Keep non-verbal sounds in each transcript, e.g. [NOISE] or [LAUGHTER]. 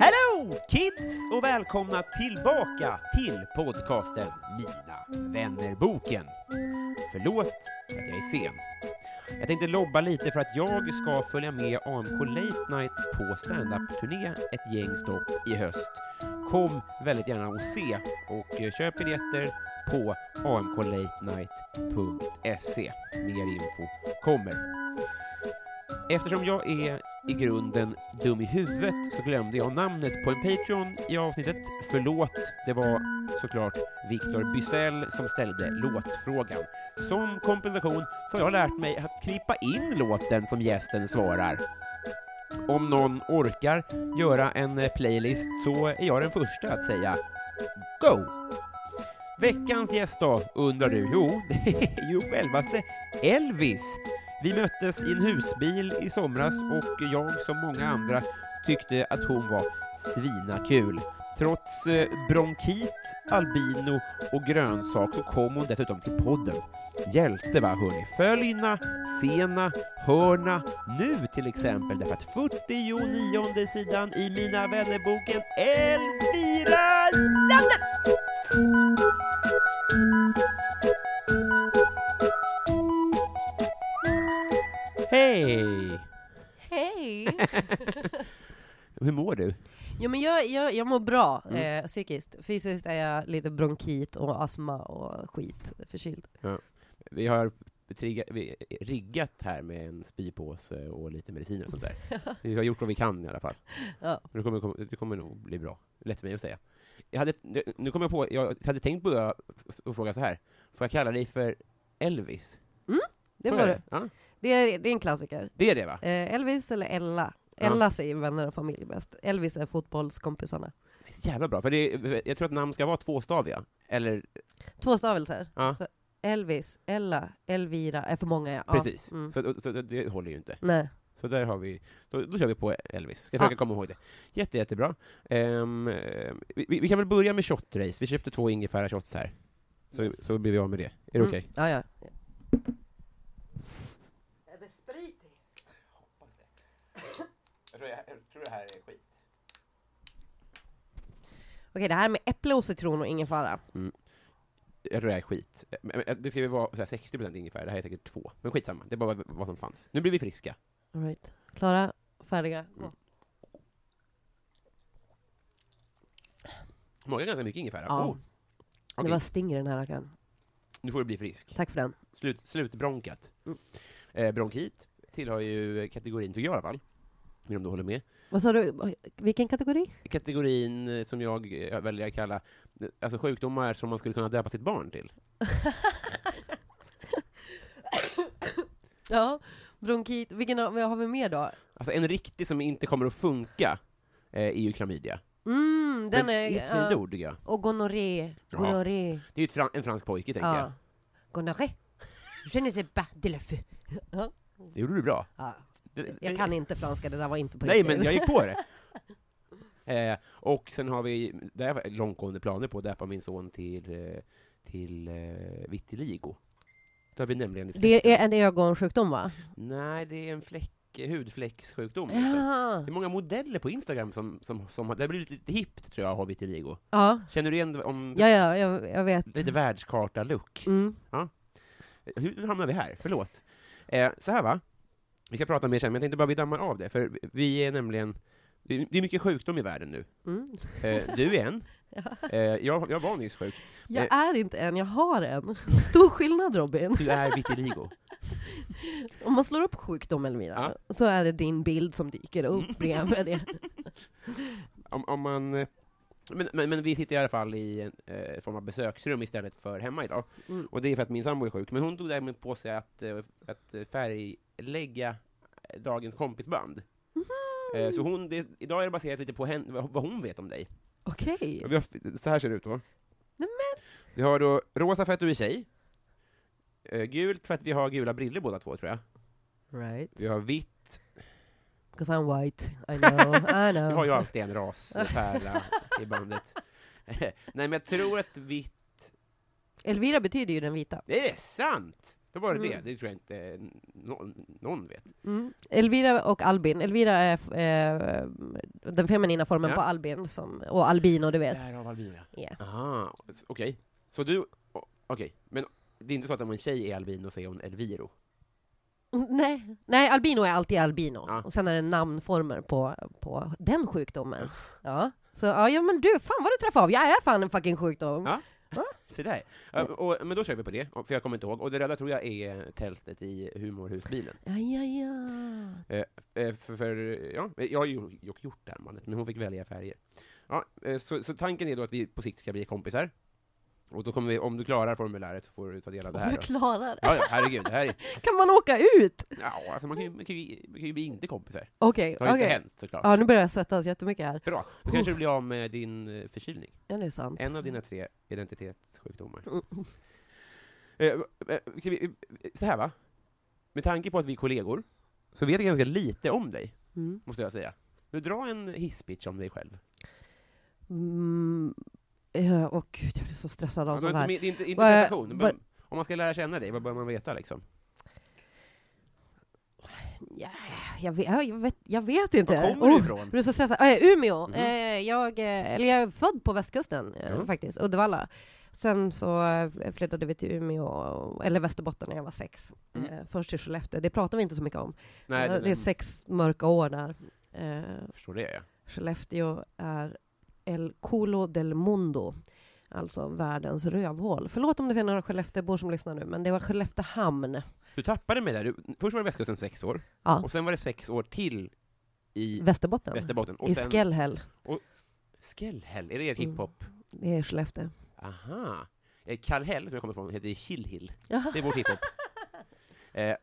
Hello kids och välkomna tillbaka till podcasten Mina vännerboken. Förlåt att jag är sen. Jag tänkte lobba lite för att jag ska följa med AMK Late Night på standup-turné ett gäng stopp i höst. Kom väldigt gärna och se och eh, köp biljetter på amklatenight.se. E. Mer info kommer. Eftersom jag är i grunden dum i huvudet så glömde jag namnet på en Patreon i avsnittet. Förlåt, det var såklart Viktor Bysell som ställde låtfrågan. Som kompensation så har jag lärt mig att klippa in låten som gästen svarar. Om någon orkar göra en eh, playlist så är jag den första att säga Go! Veckans gäst då, undrar du? Jo, [LAUGHS] det är ju självaste Elvis vi möttes i en husbil i somras och jag som många andra tyckte att hon var svinakul. Trots eh, bronkit, albino och grönsak så kom hon dessutom till podden. Hjälte va hörni! Följna, Sena, Hörna, nu till exempel därför att 49 sidan i Mina vännerboken Elvira Lander! Hej! Hej! [LAUGHS] Hur mår du? Jo, men jag, jag, jag mår bra Mm. eh, psykiskt. Fysiskt är jag lite bronkit och astma och skit, förkyld. Vi har trigga, vi, riggat här med en spypåse och lite mediciner och sånt [LAUGHS] där. Vi har gjort vad vi kan i alla fall. Ja. Det kommer, kommer- det kommer nog bli bra. Lätt för mig att säga. Jag hade, nu kommer jag på, jag hade tänkt börja f- och fråga så här. Får jag kalla dig för Elvis? Det Får var jag det. Ja, Det är, det är en klassiker. det är det va? Eh, Elvis eller Ella? Ja. Ella säger vänner och familj mest. Elvis är fotbollskompisarna. Det är så jävla bra, för det, är- jag tror att namn ska vara tvåstaviga. Eller, Två stavelser. Ja. Så Elvis, Ella, Elvira är för många. Ja. precis. Mm. Så, så, så det håller ju inte. Nej. Så där har vi, då, då kör vi på Elvis. Ska Ja. försöka komma ihåg det. Jätte, jättebra. Ehm, eh, vi, vi kan väl börja med shotrace. Vi köpte två ingefära-shots här. Så, så blir vi av med det. Är det Mm. okej? Ja, ja. Jag tror, jag, tror det här är skit. Okej, det här med äpple och citron och ingefära. Jag tror det här är skit. Men- men Det ska ju vara så här 60% ingefära, det här är säkert två. Men skitsamma, det är bara vad- vad som fanns. Nu blir vi friska. All right. Klara, färdiga, Mm. gå. Smakar ganska mycket ingefära. Ja. Oh. Okej, Det var sting i den här rackaren. Nu får du bli frisk. Tack för den. Slut, slutbronkat. Mm. Eh, bronkit tillhör ju kategorin, tycker jag i alla fall. Men om du håller med. Vad sa du? Vilken kategori? Kategorin eh, som jag eh, väljer att kalla eh, alltså sjukdomar som man skulle kunna döpa sitt barn till. [LAUGHS] Ja, bronkit. Vilken har, vad har vi mer då? Alltså en riktig som inte kommer att funka eh, är ju klamydia. Mm, den Men är... det är ett fint ja. ord, tycker jag. Och gonorré. Ja. Gonorré. Det är ju ett fran- en fransk pojke, tänker jag. Ja. Gonorré. Je ne sais pas de la feu. Ja. Det gjorde du bra. Ja. Det- Jag kan inte franska, det där var inte på Nej, riktigt. men jag gick på [LAUGHS] det. Eh, och sen har vi, det här var långtgående planer på att döpa min son till, eh, till eh, vitiligo. Då har vi nämligen i släkten- Det är en ögonsjukdom va? Nej, det är en fläck och eh, hudfläckssjukdom. Liksom. Ja. Det är många modeller på Instagram som, som, som har- det har blivit lite hippt tror jag, att ha vitiligo. Ja, Känner du igen det om ja, ja jag, jag vet. lite världskarta-look? Mm. Hur hur hamnar vi här? Förlåt. Eh, så här va, vi ska prata mer sen, men jag tänkte bara vi dammar av det, för vi är nämligen det det är mycket sjukdom i världen nu. Mm. Eh, du är en. Eh, jag, jag var nyss sjuk. Eh. Jag är inte en, jag har en. Stor skillnad Robin. Du är vitiligo. Om man slår upp sjukdom Elmira, så är det din bild som [LAUGHS] dyker upp bredvid det. Om, om man, eh, men, men, men vi sitter i alla fall i en eh, form av besöksrum istället för hemma idag. Mm. Och det är för att min sambo är sjuk. Men hon tog därmed på sig att, eh, att eh, färglägga dagens kompisband. Mm. Eh, Så hon, det, idag är det baserat lite på hen, vad vad hon vet om dig. Okej. Och vi har- Så här ser det ut då. Nej, Vi har då rosa för att du är tjej. Eh, Gult för att vi har gula briller båda två tror jag. Right. Vi har vitt. Because I'm white. I [LAUGHS] know. I Vi har know. ju alltid en raspärla i [LAUGHS] bandet. Nej men jag tror att vitt Elvira betyder ju den vita. Det är sant! Då var det Mm. det, det tror jag inte eh, någon, någon vet. Mm. Elvira och Albin. Elvira är f- eh, den feminina formen Ja. på Albin, som, och albino du vet. Därav albina. Yeah. [LAUGHS] Ah, s- okej. Så du, o- okej, men det är inte så att om en tjej är albino så är hon Elviro? Nej. Nej, albino är alltid albino. Ja. Och sen är det namnformer på, på den sjukdomen. Ja. Så ja, ja, men du, fan vad du träffade av. Jag är fan en fucking sjukdom. Ja. Så där. Ja, och, men då kör vi på det, och- för jag kommer inte ihåg. Och det röda tror jag är tältet i humorhusbilen. Ja, ja, ja. Eh, för, för, ja, eh, jag har ju ju gjort det här bandet, men hon fick välja färger. Ja, eh, så, så tanken är då att vi på sikt ska bli kompisar. Och då kommer vi, om du klarar formuläret så får du ta del av det Om här. jag då. klarar det. Ja, ja, herregud, det här är [LAUGHS] Kan man åka ut? Ja, alltså man kan ju, man kan ju, man kan ju bli inte kompisar. Okej, Det har ju okej. inte hänt såklart. Ja, nu börjar jag svettas jättemycket här. Bra, då kanske du blir av med din eh, förkylning. Ja, det är sant. En av dina tre identitetssjukdomar. Mm. Eh, eh, ska vi, eh, så här va, med tanke på att vi är kollegor, så vet jag ganska lite om dig, Mm. måste jag säga. Nu dra en hisspitch om dig själv. Mm. Ja, åh gud, jag blir så stressad av Alltså, sånt inte, här. med- det är inte, inte Vad är- presentation. vad- men Om man ska lära känna dig, vad bör man veta liksom? Ja, jag, vet, jag, vet, jag vet inte. Var kommer du Oh, ifrån? jag blir så stressad. Ah, eh, Umeå. Mhm. Eh, jag, eh, eller jag är född på västkusten eh, Ja. faktiskt, Uddevalla. Sen så eh, flyttade vi till Umeå, eller Västerbotten, när jag var sex. Mm. Eh, först till Skellefteå. Det pratar vi inte så mycket om. Nej, Eh, det, det är sex mörka år där. Eh, jag förstår det ja. Skellefteå är El Culo del Mundo, alltså världens rövhål. Förlåt om det är några Skelleftebor som lyssnar nu, men det var Skelleftehamn. Du tappade mig där. Du, först var det västkusten sex år, Ja. och sen var det sex år till i Västerbotten. Västerbotten. Och I sen- Skellhäll. Skellhäll, är det er Mm. hiphop? Det är Skellefteå. Aha. Eh, Kallhäll, som jag kommer ifrån, heter Killhill. Jaha. Det är vår hiphop. eh,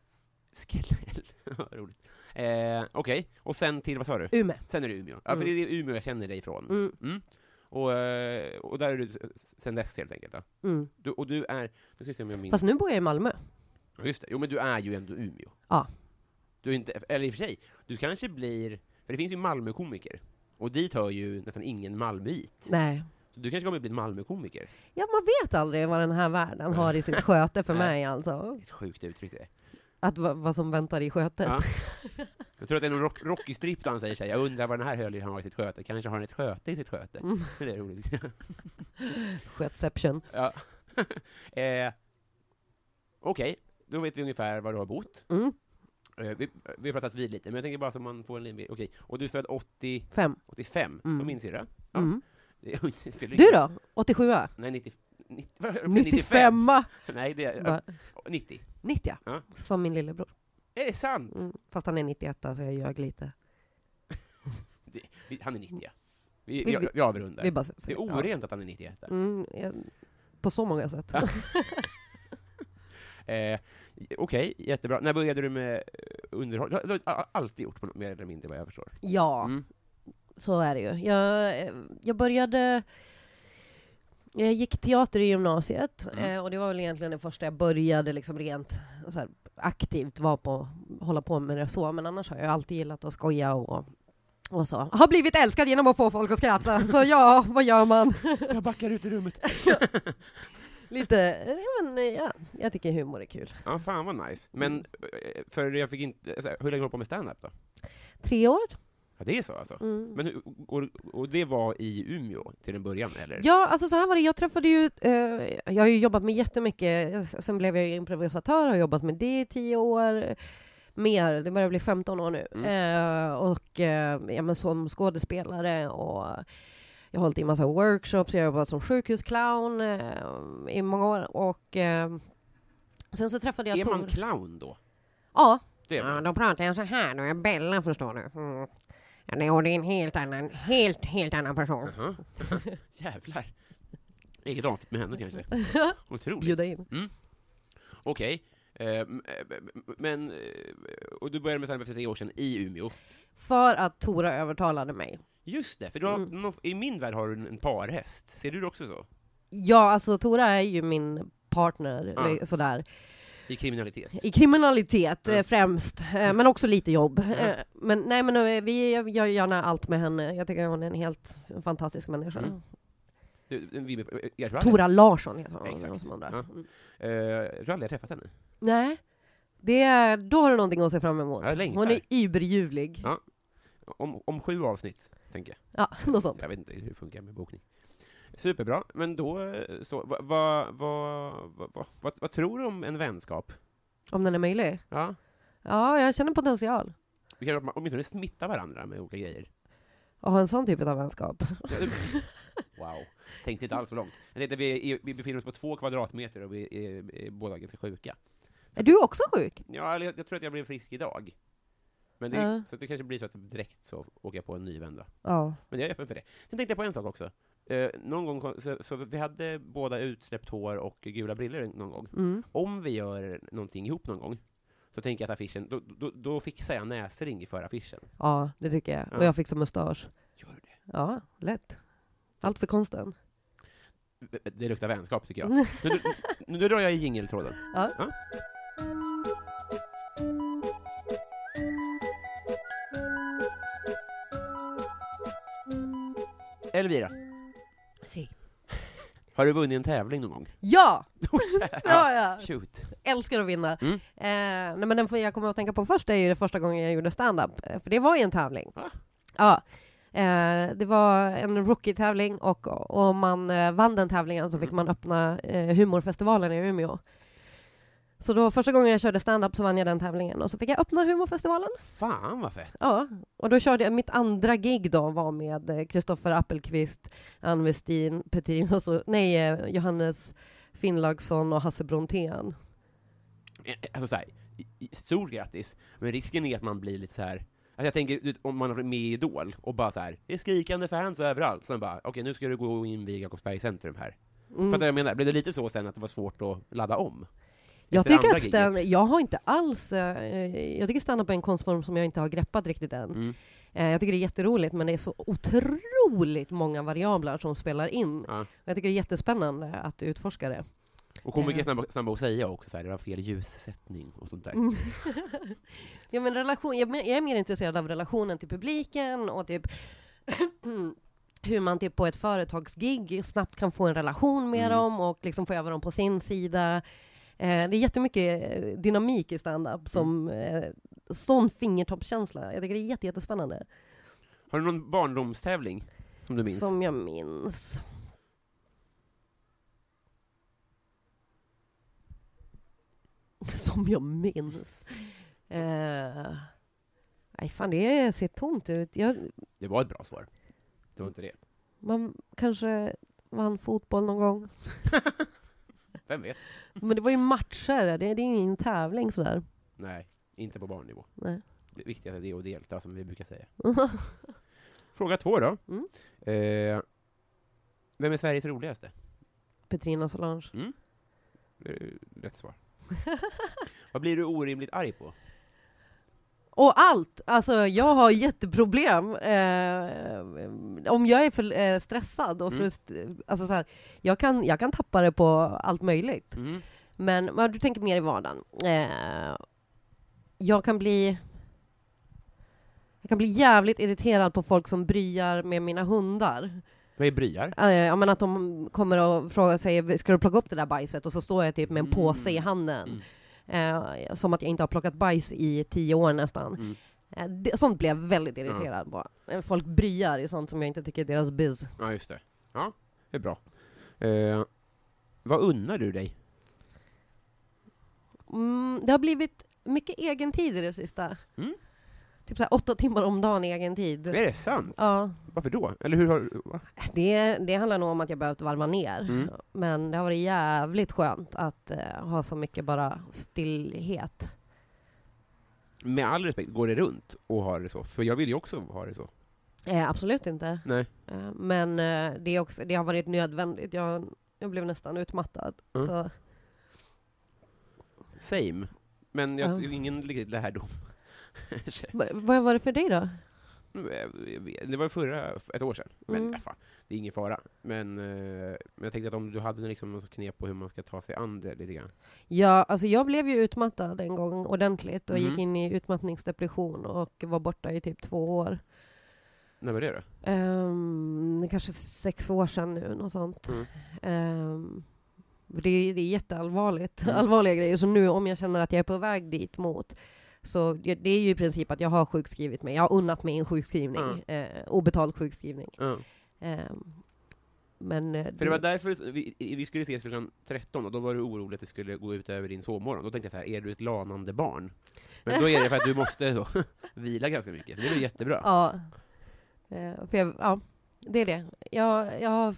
Skellhäll, [LAUGHS] Vad roligt. Eh, Okej, och sen till, vad sa du? [LAUGHS] Umeå. Sen är det Umeå. Ja, för det Mm. är Umeå jag känner dig ifrån. Mm, Och, eh, och där är du s- sen dess, helt enkelt. Då. mm. Du, och du är, nu ska vi se om jag minns. Fast nu bor jag i Malmö. Ja, Just det, jo men du är ju ändå Umeå. Ja. Du är inte, eller i och för sig, du kanske blir, för det finns ju Malmökomiker. Och dit hör ju nästan ingen malmöit. Nej. Så du kanske kommer bli en Malmökomiker. Ja, man vet aldrig vad den här världen har i sitt [LAUGHS] sköte för mig alltså. Ett sjukt uttryck det. Att va- vad som väntar i skötet. Ja. Jag tror att det är någon rock, rockig strip där han säger sig. jag undrar vad den här höljen har i sitt sköte, kanske har den ett sköte i sitt sköte. Mm. [LAUGHS] Det är roligt. Skötception. ja. [LAUGHS] eh, Okej, då vet vi ungefär var du har bott. Mm. Eh, vi, vi har pratat vid lite, men jag tänker bara så man får en linje. Okej, och du är född 80, Fem. 85, Mm. som min syrra. Ja. Mm. Det- [LAUGHS] det spelar Du ingen- då? 87 Nej, 90, 90, vad- 95 Nej, det är... Va? 90. 90 Ja. Som min lillebror. Är det sant? Mm. Fast han är 91 så jag ljög lite. Vi- Han är 90. Vi, Vi- vi, vi- vi avrundar. Vi bara, det är orent att han är 91. Ja. Mm, jag- på så många sätt. Ja. Eh, Okej, jättebra. När började du med eh, underhåll? Du har, du har alltid gjort på något, mer eller mindre vad jag förstår. [LAUGHS] ja. Mm. så är det ju. Jag, eh, jag började... Jag gick teater i gymnasiet Mm. eh, och det var väl egentligen det första jag började liksom rent så här, aktivt var på, hålla på med det så. Men annars har jag alltid gillat att skoja och, och så. Har blivit älskad genom att få folk att skratta. Så [LAUGHS] ja, vad gör man? Jag backar ut i rummet. Lite, ja, men ja, jag tycker humor är kul. Ja, fan vad nice. Men, eh, för jag fick inte... så här, Hur länge har du hållit på med stand-up då? Tre år. Ja, det är så alltså? Mm. Men, hur- och, och det var i Umeå till en början, eller? Ja, alltså så här var det. Jag träffade ju... Eh, jag har ju jobbat med jättemycket. Sen blev jag ju improvisatör och har jobbat med det i tio år. Mer. Det börjar bli 15 år nu. Eh, och eh, ja, men som skådespelare och... Jag har hållit i en massa workshops, jag har jobbat som sjukhusclown eh, i många år. Och eh, sen så träffade jag är man Tor. clown då? Ja, Det är Ja, man. då pratar jag så här då. Jag är Bella förstår du. Mm. Ja, det, och det är en helt annan, helt, helt annan person. [LAUGHS] Aha. Jävlar. Eget avsnitt med henne kanske. [LAUGHS] Otroligt. bjuda in. Okej. Eh, m- eh, Men, eh, och du började med stand-up för tre år sedan i Umeå. För att Tora övertalade mig. Just det, för du har, Mm. nå- i min värld har du en- en parhäst. Ser du det också så? Ja, alltså Tora är ju min partner, Ja. eller sådär. I kriminalitet? I kriminalitet Mm. eh, främst, eh, men också lite jobb. Mm. Eh, Men nej, men eh, vi jag gör gärna allt med henne. Jag tycker hon är en helt fantastisk människa. Mm. Du, en Vibe- eh, Jag tror aldrig- Tora Larsson heter hon. Exakt. någon som undrar. Ja. Mm. eh, jag tror aldrig jag träffat henne. Nej, det är, då har du någonting att se fram emot. Jag längtar. Hon är überljuvlig. Ja. Om, om sju avsnitt, tänker jag. Ja, [LAUGHS] något sånt. Jag vet inte hur det funkar med bokning. Superbra, men då eh, så, vad va, va, va, va, vad- vad tror du om en vänskap? Om den är möjlig. Ja, Ja, jag känner potential. vi kan åtminstone smitta varandra med olika [LAUGHS] grejer. Att ha en sån typ av vänskap. Wow, tänkte inte alls så långt. Jag tänkte, vi, är- vi befinner oss på två kvadratmeter och vi är, är båda ganska sjuka. Är du också sjuk? Ja, eller jag, jag tror att jag blev frisk idag. Men det, Ja. Så det kanske blir så att typ direkt så åker jag på en ny vända. Ja. Men jag är öppen för det. Sen tänkte jag på en sak också. Eh, någon gång, kom- så, så vi hade båda utsläppt hår och gula briller någon gång. Mm. Om vi gör någonting ihop någon gång, så tänker jag att affischen, då, då, då fixar jag näsring för affischen. ja, det tycker jag. Ja. Och jag fick så mustasch. Gör det. Ja, lätt. Allt för konsten. Det luktar vänskap, [LAUGHS] tycker jag. Nu, nu, nu drar jag i jingeltråden. Ja. Elvira, Si. har du vunnit en tävling någon gång? [LAUGHS] Ja! ja, ja. Shoot. älskar att vinna. Mm. Eh, nej, men den får- jag kommer att tänka på först är ju det första gången jag gjorde stand-up, eh, för det var ju en tävling. Va? Ja. Eh, det var en rookie-tävling och och om man eh, vann den tävlingen så fick Mm. man öppna eh, humorfestivalen i Umeå. Så då första gången jag körde stand-up så vann jag den tävlingen och så fick jag öppna humorfestivalen. Fan vad fett! Ja, och då körde jag, mitt andra gig då var med Kristoffer Appelqvist, Ann Westin, Petin, och så, nej, eh, Johannes Finnlaugsson och Hasse Brontén. Eh, eh, Alltså såhär, stort grattis, men risken är att man blir lite så här. Alltså jag tänker, du vet, om man är med i Idol och bara så här, det är skrikande fans överallt, sen bara, okej nu ska du gå och inviga Jakobsbergs centrum här. Fattar Mm. du vad jag menar? Blev det lite så sen att det var svårt att ladda om? Jag Efter tycker andra att stand, giget. jag har inte alls, eh, jag tycker stand-up är en konstform som jag inte har greppat riktigt än. Mm. Eh, jag tycker det är jätteroligt, men det är så otroligt många variabler som spelar in. Ja. Jag tycker det är jättespännande att utforska det. Och komiker är snabba, snabba att säga också så här, det var fel ljussättning och sånt där. Mm. Ja, men relation, jag, men- jag är mer intresserad av relationen till publiken och typ [CLEARS THROAT] hur man typ på ett företagsgig snabbt kan få en relation med Mm. dem och liksom få över dem på sin sida. Eh, det är jättemycket eh, dynamik i stand-up som eh, sån fingertoppskänsla. Jag tycker det är jätte, jättespännande. Har du någon barndomstävling som du minns? Som jag minns. [LAUGHS] Som jag minns. Eh, nej, fan, det ser tomt ut. Jag, Det var ett bra svar. Det var inte det. man kanske vann fotboll någon gång. Vem vet? Men det var ju matcher, det, det är ingen tävling sådär. Nej, inte på barnnivå. Nej. Det viktigaste är att delta, som vi brukar [LAUGHS] säga. Fråga två då. Mm. Eh, vem är Sveriges roligaste? Petrina Solange. Mm. Det är ju Eh, Rätt svar. Vad blir du orimligt arg på? Och allt! Alltså jag har jätteproblem. Eh, om jag är för eh, stressad och Mm. frust... Alltså så här, jag, kan, jag kan tappa det på allt möjligt. Mm. Men, men du tänker mer i vardagen. Eh, jag kan bli... Jag kan bli jävligt irriterad på folk som bryar med mina hundar. Vad är bryar? Eh, Ja, men att de kommer och frågar sig, ska du plocka upp det där bajset? Och så står jag typ med en Mm. påse i handen. Eh, som att jag inte har plockat bajs i tio år nästan. Mm. Eh, det, sånt blev jag väldigt irriterad på. Eh, Folk bryar i sånt som jag inte tycker är deras biz. Ja, just det. Ja, det är bra. Eh, vad unnar du dig? Mm, det har blivit mycket egen tid i det sista. Mm. Typ så här åtta timmar om dagen i egen tid. Är det sant? Ja, Varför då? Eller hur har va? det, det handlar nog om att jag behövt varva ner. Mm. Men det har varit jävligt skönt att eh, ha så mycket bara stillhet. Med all respekt, går det runt och har det så? För jag vill ju också ha det så. Eh, absolut inte. Nej. Eh, Men eh, det, är också, det har varit nödvändigt. Jag, jag blev nästan utmattad. Mm. Så, Same. Men jag, Ja. ingen riktigt lärdom. [LAUGHS] Va- vad var det för dig då? det var förra, ett år sedan. Men Mm. ja, fan, det är ingen fara. Men, eh, men jag tänkte att om du hade liksom något knep på hur man ska ta sig an det lite grann. Ja, alltså jag blev ju utmattad en gång ordentligt och Mm. gick in i utmattningsdepression och var borta i typ två år. När var det då? Ehm, det kanske är sex år sedan nu, något sånt. Mm. Ehm, det, är- det är jätteallvarligt, allvarliga grejer. Så nu om jag känner att jag är på väg dit mot, så det, det är ju i princip att jag har sjukskrivit mig. Jag har unnat mig en sjukskrivning, Mm. eh, obetald sjukskrivning. Ehm, men... eh, För det var därför vi, vi skulle ses klockan 13 och då var du orolig att det skulle gå ut över din sovmorgon. Då tänkte jag så här, är du ett lanande barn? Men då är det för att du måste då, [LAUGHS] vila ganska mycket. Så det är väl jättebra. Ja. Eh, för jag, ja, det är det. Jag, jag har,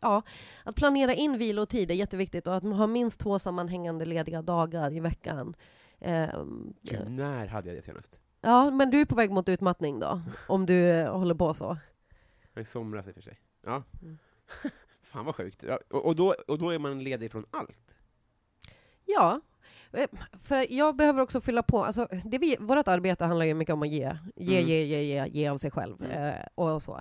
ja, att planera in vilotid är jätteviktigt och att man har minst två sammanhängande lediga dagar i veckan. Ehm, Gud, när hade jag det senast? ja, men du är på väg mot utmattning då, om du eh, håller på så. I somras i och för sig. Ja. Mm. [LAUGHS] Fan vad sjukt. Ja, och, och, då, och då är man ledig från allt. Ja, eh, för jag behöver också fylla på. Alltså, det vi, vårt arbete handlar ju mycket om att ge, ge, Mm. ge, ge, ge, ge av sig själv Mm. eh, och så.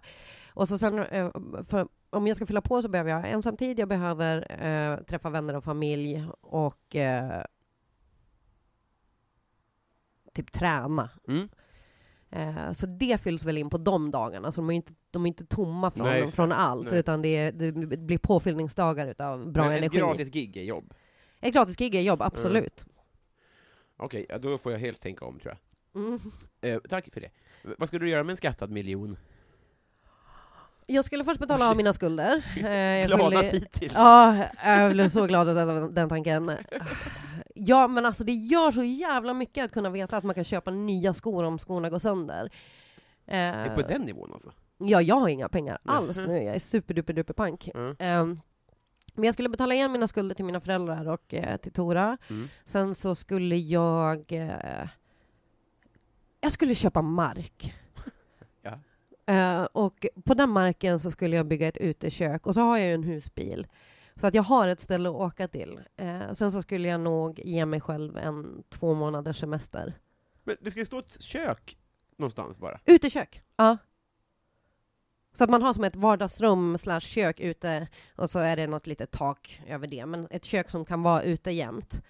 Och så sen, eh, för, om jag ska fylla på så behöver jag ensamtid, jag behöver eh, träffa vänner och familj och eh, typ träna. Mm. Eh, så det fylls väl in på de dagarna, så de är ju inte, de är inte tomma från, Nej, just det. från allt, Nej. utan det, är- det blir påfyllningsdagar utav bra Men energi. Ett gratis gig är jobb. Ett gratis gig är jobb, absolut. Okej, ja, då får jag helt tänka om tror jag. Mm. Eh, tack för det. V- Vad skulle du göra med en skattad miljon? Jag skulle först betala av [LAUGHS] mina skulder. Eh, jag är Glada skyldig- hittills. Ja, jag blev så glad över den, den tanken. Ja, men alltså det gör så jävla mycket att kunna veta att man kan köpa nya skor om skorna går sönder. Det är Eh, På den nivån alltså? Ja, jag har inga pengar Nej. alls nu. Jag är superduper pank. Mm. Ehm, men jag skulle betala igen mina skulder till mina föräldrar och eh, till Tora. Mm. Sen så skulle jag... Eh, jag skulle köpa mark. Ja. Eh, och på den marken så skulle jag bygga ett utekök och så har jag ju en husbil. Så att jag har ett ställe att åka till. Eh, sen så skulle jag nog ge mig själv en två månaders semester. Men det ska ju stå ett kök någonstans bara. Utekök. Ja. Så att man har som ett vardagsrum slash kök ute och så är det något litet tak över det. Men ett kök som kan vara ute jämt.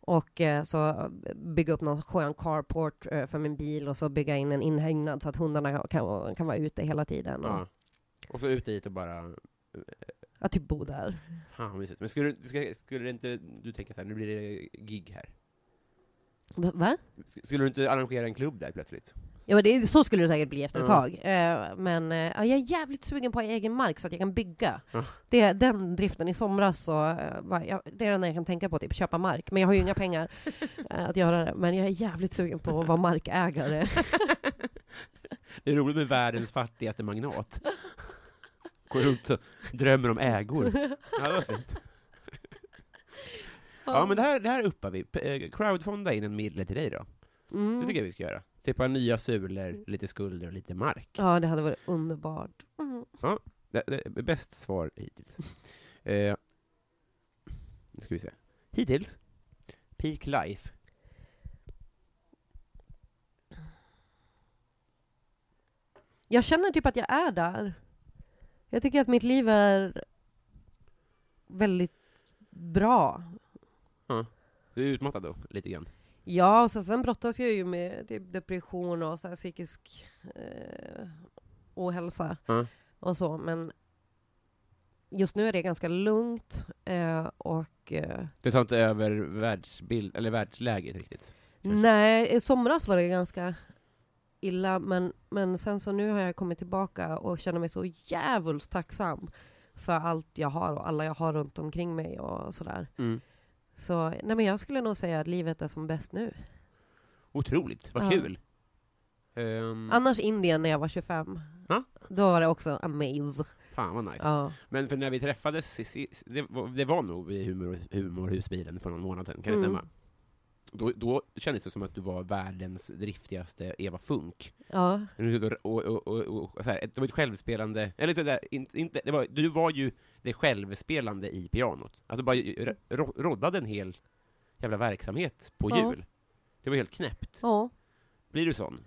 Och eh, så bygga upp någon skön carport eh, för min bil och så bygga in en inhägnad så att hundarna kan, kan vara ute hela tiden. Och, Ja. Och så ut dit och bara... ja, typ bo där. Fan vad mysigt. Men skulle, du- ska, skulle det inte du tänka så här, nu blir det gig här? Va- Va? Sk- Skulle du inte arrangera en klubb där plötsligt? Ja, men det, så skulle det säkert bli efter ett Ja. tag. Eh, men eh, ja, jag är jävligt sugen på egen mark så att jag kan bygga. Ja. Det, den driften i somras, så, eh, var jag, det är den jag kan tänka på, typ köpa mark. Men jag har ju [LAUGHS] inga pengar eh, att göra det. Men jag är jävligt sugen på att vara markägare. [LAUGHS] Det är roligt med världens fattigaste magnat. Går runt och drömmer om ägor. Ja, det var fint. Ja, men det här, det här uppar vi. P- eh, Crowdfonda in en mille till dig då. Det Mm. tycker jag vi ska göra. Typ av nya sulor, lite skulder och lite mark. Ja, det hade varit underbart. Mm. Det, det är bäst svar [LAUGHS] hittills. Eh, nu ska vi se. Hittills. Peak life. Jag känner typ att jag är där. Jag tycker att mitt liv är väldigt bra. Du är utmattad då, lite grann. Ja, och sen, sen brottas jag ju med typ depression och så här psykisk eh, ohälsa. Ja. och så, men just nu är det ganska lugnt eh, och eh, Det tar inte över världsbild, eller världsläget riktigt. Kanske. Nej, i somras var det ganska illa, men, men sen så nu har jag kommit tillbaka och känner mig så djävulskt tacksam för allt jag har och alla jag har runt omkring mig och sådär. Mm. Så nej, men jag skulle nog säga att livet är som bäst nu. Mm. Otroligt, vad Ja. kul! Ehm, Annars Indien när jag var 25. Ja. Då var det också amaze. fan vad nice. Ja. Men för när vi träffades, i sis- det var, det var nog i humor, humorhusbilen för någon månad sedan, kan det Mm. stämma? Då, då kändes det som att du var världens driftigaste Eva Funk. Ja. Du var- Och, och, och, och, och, så här, det var ett självspelande, eller det där, inte, inte, det var, du var ju det självspelande i pianot. Att du bara ju- ro, roddade en hel jävla verksamhet på Ja. jul. Det var helt knäppt. ja. Blir du sån?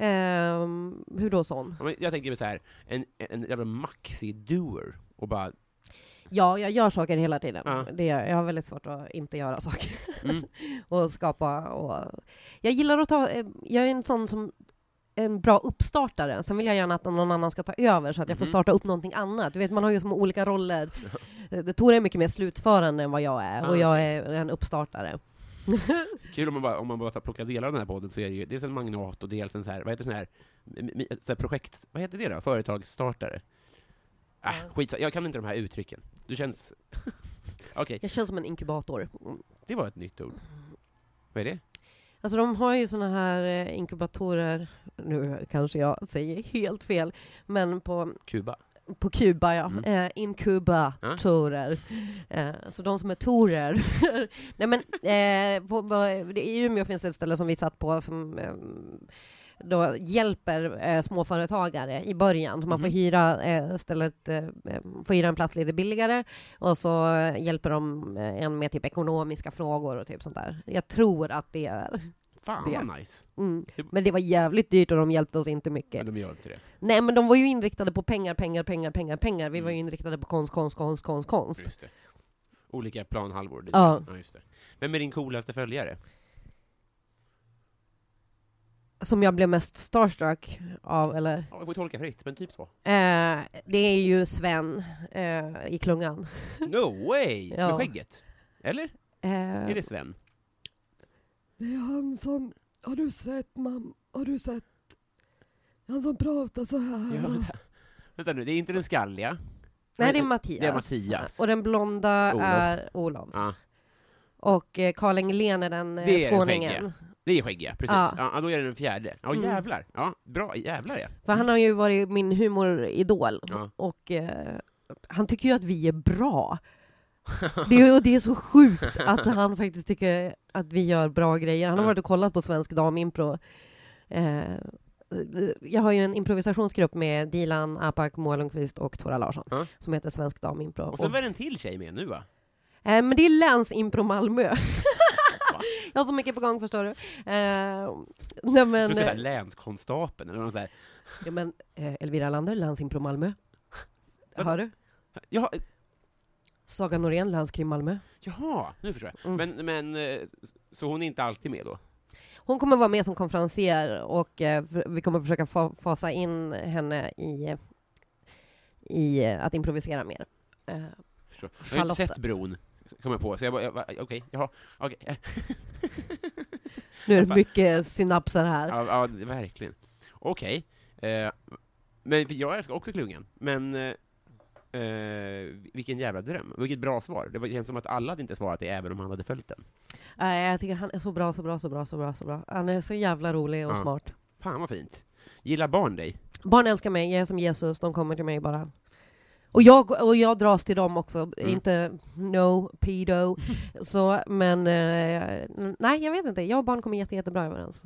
Ehm, hur då sån? Ja, men Jag tänker så här, en, en jävla maxi-doer, och bara Ja, jag gör saker hela tiden. Ja. Det, jag har väldigt svårt att inte göra saker. mm, [LAUGHS] och skapa. Och... Jag gillar att ta, eh, jag är en sån som en bra uppstartare. Sen vill jag gärna att någon annan ska ta över så att jag får Mhm. starta upp någonting annat. Du vet, man har ju som [LAUGHS] olika roller. Eh, Tore är mycket mer slutförande än vad jag är och Ah. jag är en uppstartare. Kul om man bara, om man bara tar- plockar delar av den här podden så är det ju dels en magnat och dels en så här, vad heter sån här, m- m- så här projekt, vad heter det då? Företagsstartare? Ah, Ja. skit, jag kan inte de här uttrycken. Du känns... [LAUGHS] Okej, Jag känns som en inkubator. det var ett nytt ord. Vad är det? Alltså de har ju såna här eh, inkubatorer, nu kanske jag säger helt fel, men på Kuba? På Kuba, ja. Mm. Eh, Ja. Inkubatorer. Eh, så de som är torer. [LAUGHS] Nej men, eh, på, på, det, i Umeå finns det ett ställe som vi satt på som eh, då hjälper eh, småföretagare i början. Så man får Mhm. hyra, eh, stället, eh, får hyra en plats lite billigare och så eh, hjälper de eh, en med typ ekonomiska frågor och typ sånt där. Jag tror att det är. Fan Det. vad nice. Mm. Men det var jävligt dyrt och de hjälpte oss inte mycket. Men de gör inte det. Nej men de var ju inriktade på pengar, pengar, pengar, pengar, pengar. Vi var Mm. ju inriktade på konst, konst, konst, konst, konst. Just det. Olika planhalvor. lite. Ja. ja just det. Vem är din coolaste följare? Som jag blev mest starstruck av, eller? Ja, vi får tolka fritt, men typ så. Eh, det är ju Sven eh, i klungan. No [LAUGHS] way! Med Ja. skägget? Eller? Eh, Är det Sven? är han som... Har du sett mamma? Har du sett? Han som pratar så här. Ja, [LAUGHS] vänta. vänta nu, det är inte den skalliga. Nej det är Mattias. Det är Mattias. Och den blonda Olof. är Olof. Ja. Och eh, Karl Engelén är den eh, Det är den skåningen. skäggiga. Det är skäggiga, precis. Ja. Ja. Ja, då är det den fjärde. Ja, Mm. jävlar. Ja, bra, jävlar ja. För han har ju varit min humoridol. Ja. Och eh, han tycker ju att vi är bra. Det är, och det är så sjukt att han faktiskt tycker att vi gör bra grejer. Han har Ja. varit och kollat på Svensk Damimpro. Eh, jag har ju en improvisationsgrupp med Dilan, Apak, Moa Lundqvist och Tora Larsson Ja. som heter Svensk Damimpro. Och Och sen var det en till tjej med nu va? eh, men det är Länsimpro Malmö. [LAUGHS] jag har så mycket på gång förstår du. Eh, nej, Men, men, eh, du är sådär länskonstapeln eller något sådär. ja, men, eh, Elvira Lander, Länsimpro Malmö. Hör du? Ja, Saga Norén, Länskrim Malmö. jaha, nu förstår jag. Mm. Men, men, eh, s- så hon är inte alltid med då? Hon kommer vara med som konferenser och eh, för- vi kommer försöka fa- fasa in henne i, i eh, att improvisera mer. Eh, Förstår. typ Jag. jag har inte Charlotte. sett bron, kom jag på, så jag bara, jag bara, okej, jaha, okej. Eh, Nu är det mycket synapser här. Ja, ja, verkligen. Okej. Eh, men för jag älskar också klungan, men eh, eh, vilken jävla dröm. Vilket bra svar. Det var- det känns som att alla hade inte svarat det, även om han hade följt den. Nej, Eh, jag tycker han är så bra, så bra, så bra, så bra, så bra. Han är så jävla rolig och Ja. smart. Fan vad fint. Gillar barn dig? Barn älskar mig, jag är som Jesus, de kommer till mig bara. Och jag, och jag dras till dem också, Mm. inte no pedo. så, men eh, nej, jag vet inte. Jag och barn kommer jätte, jättebra överens.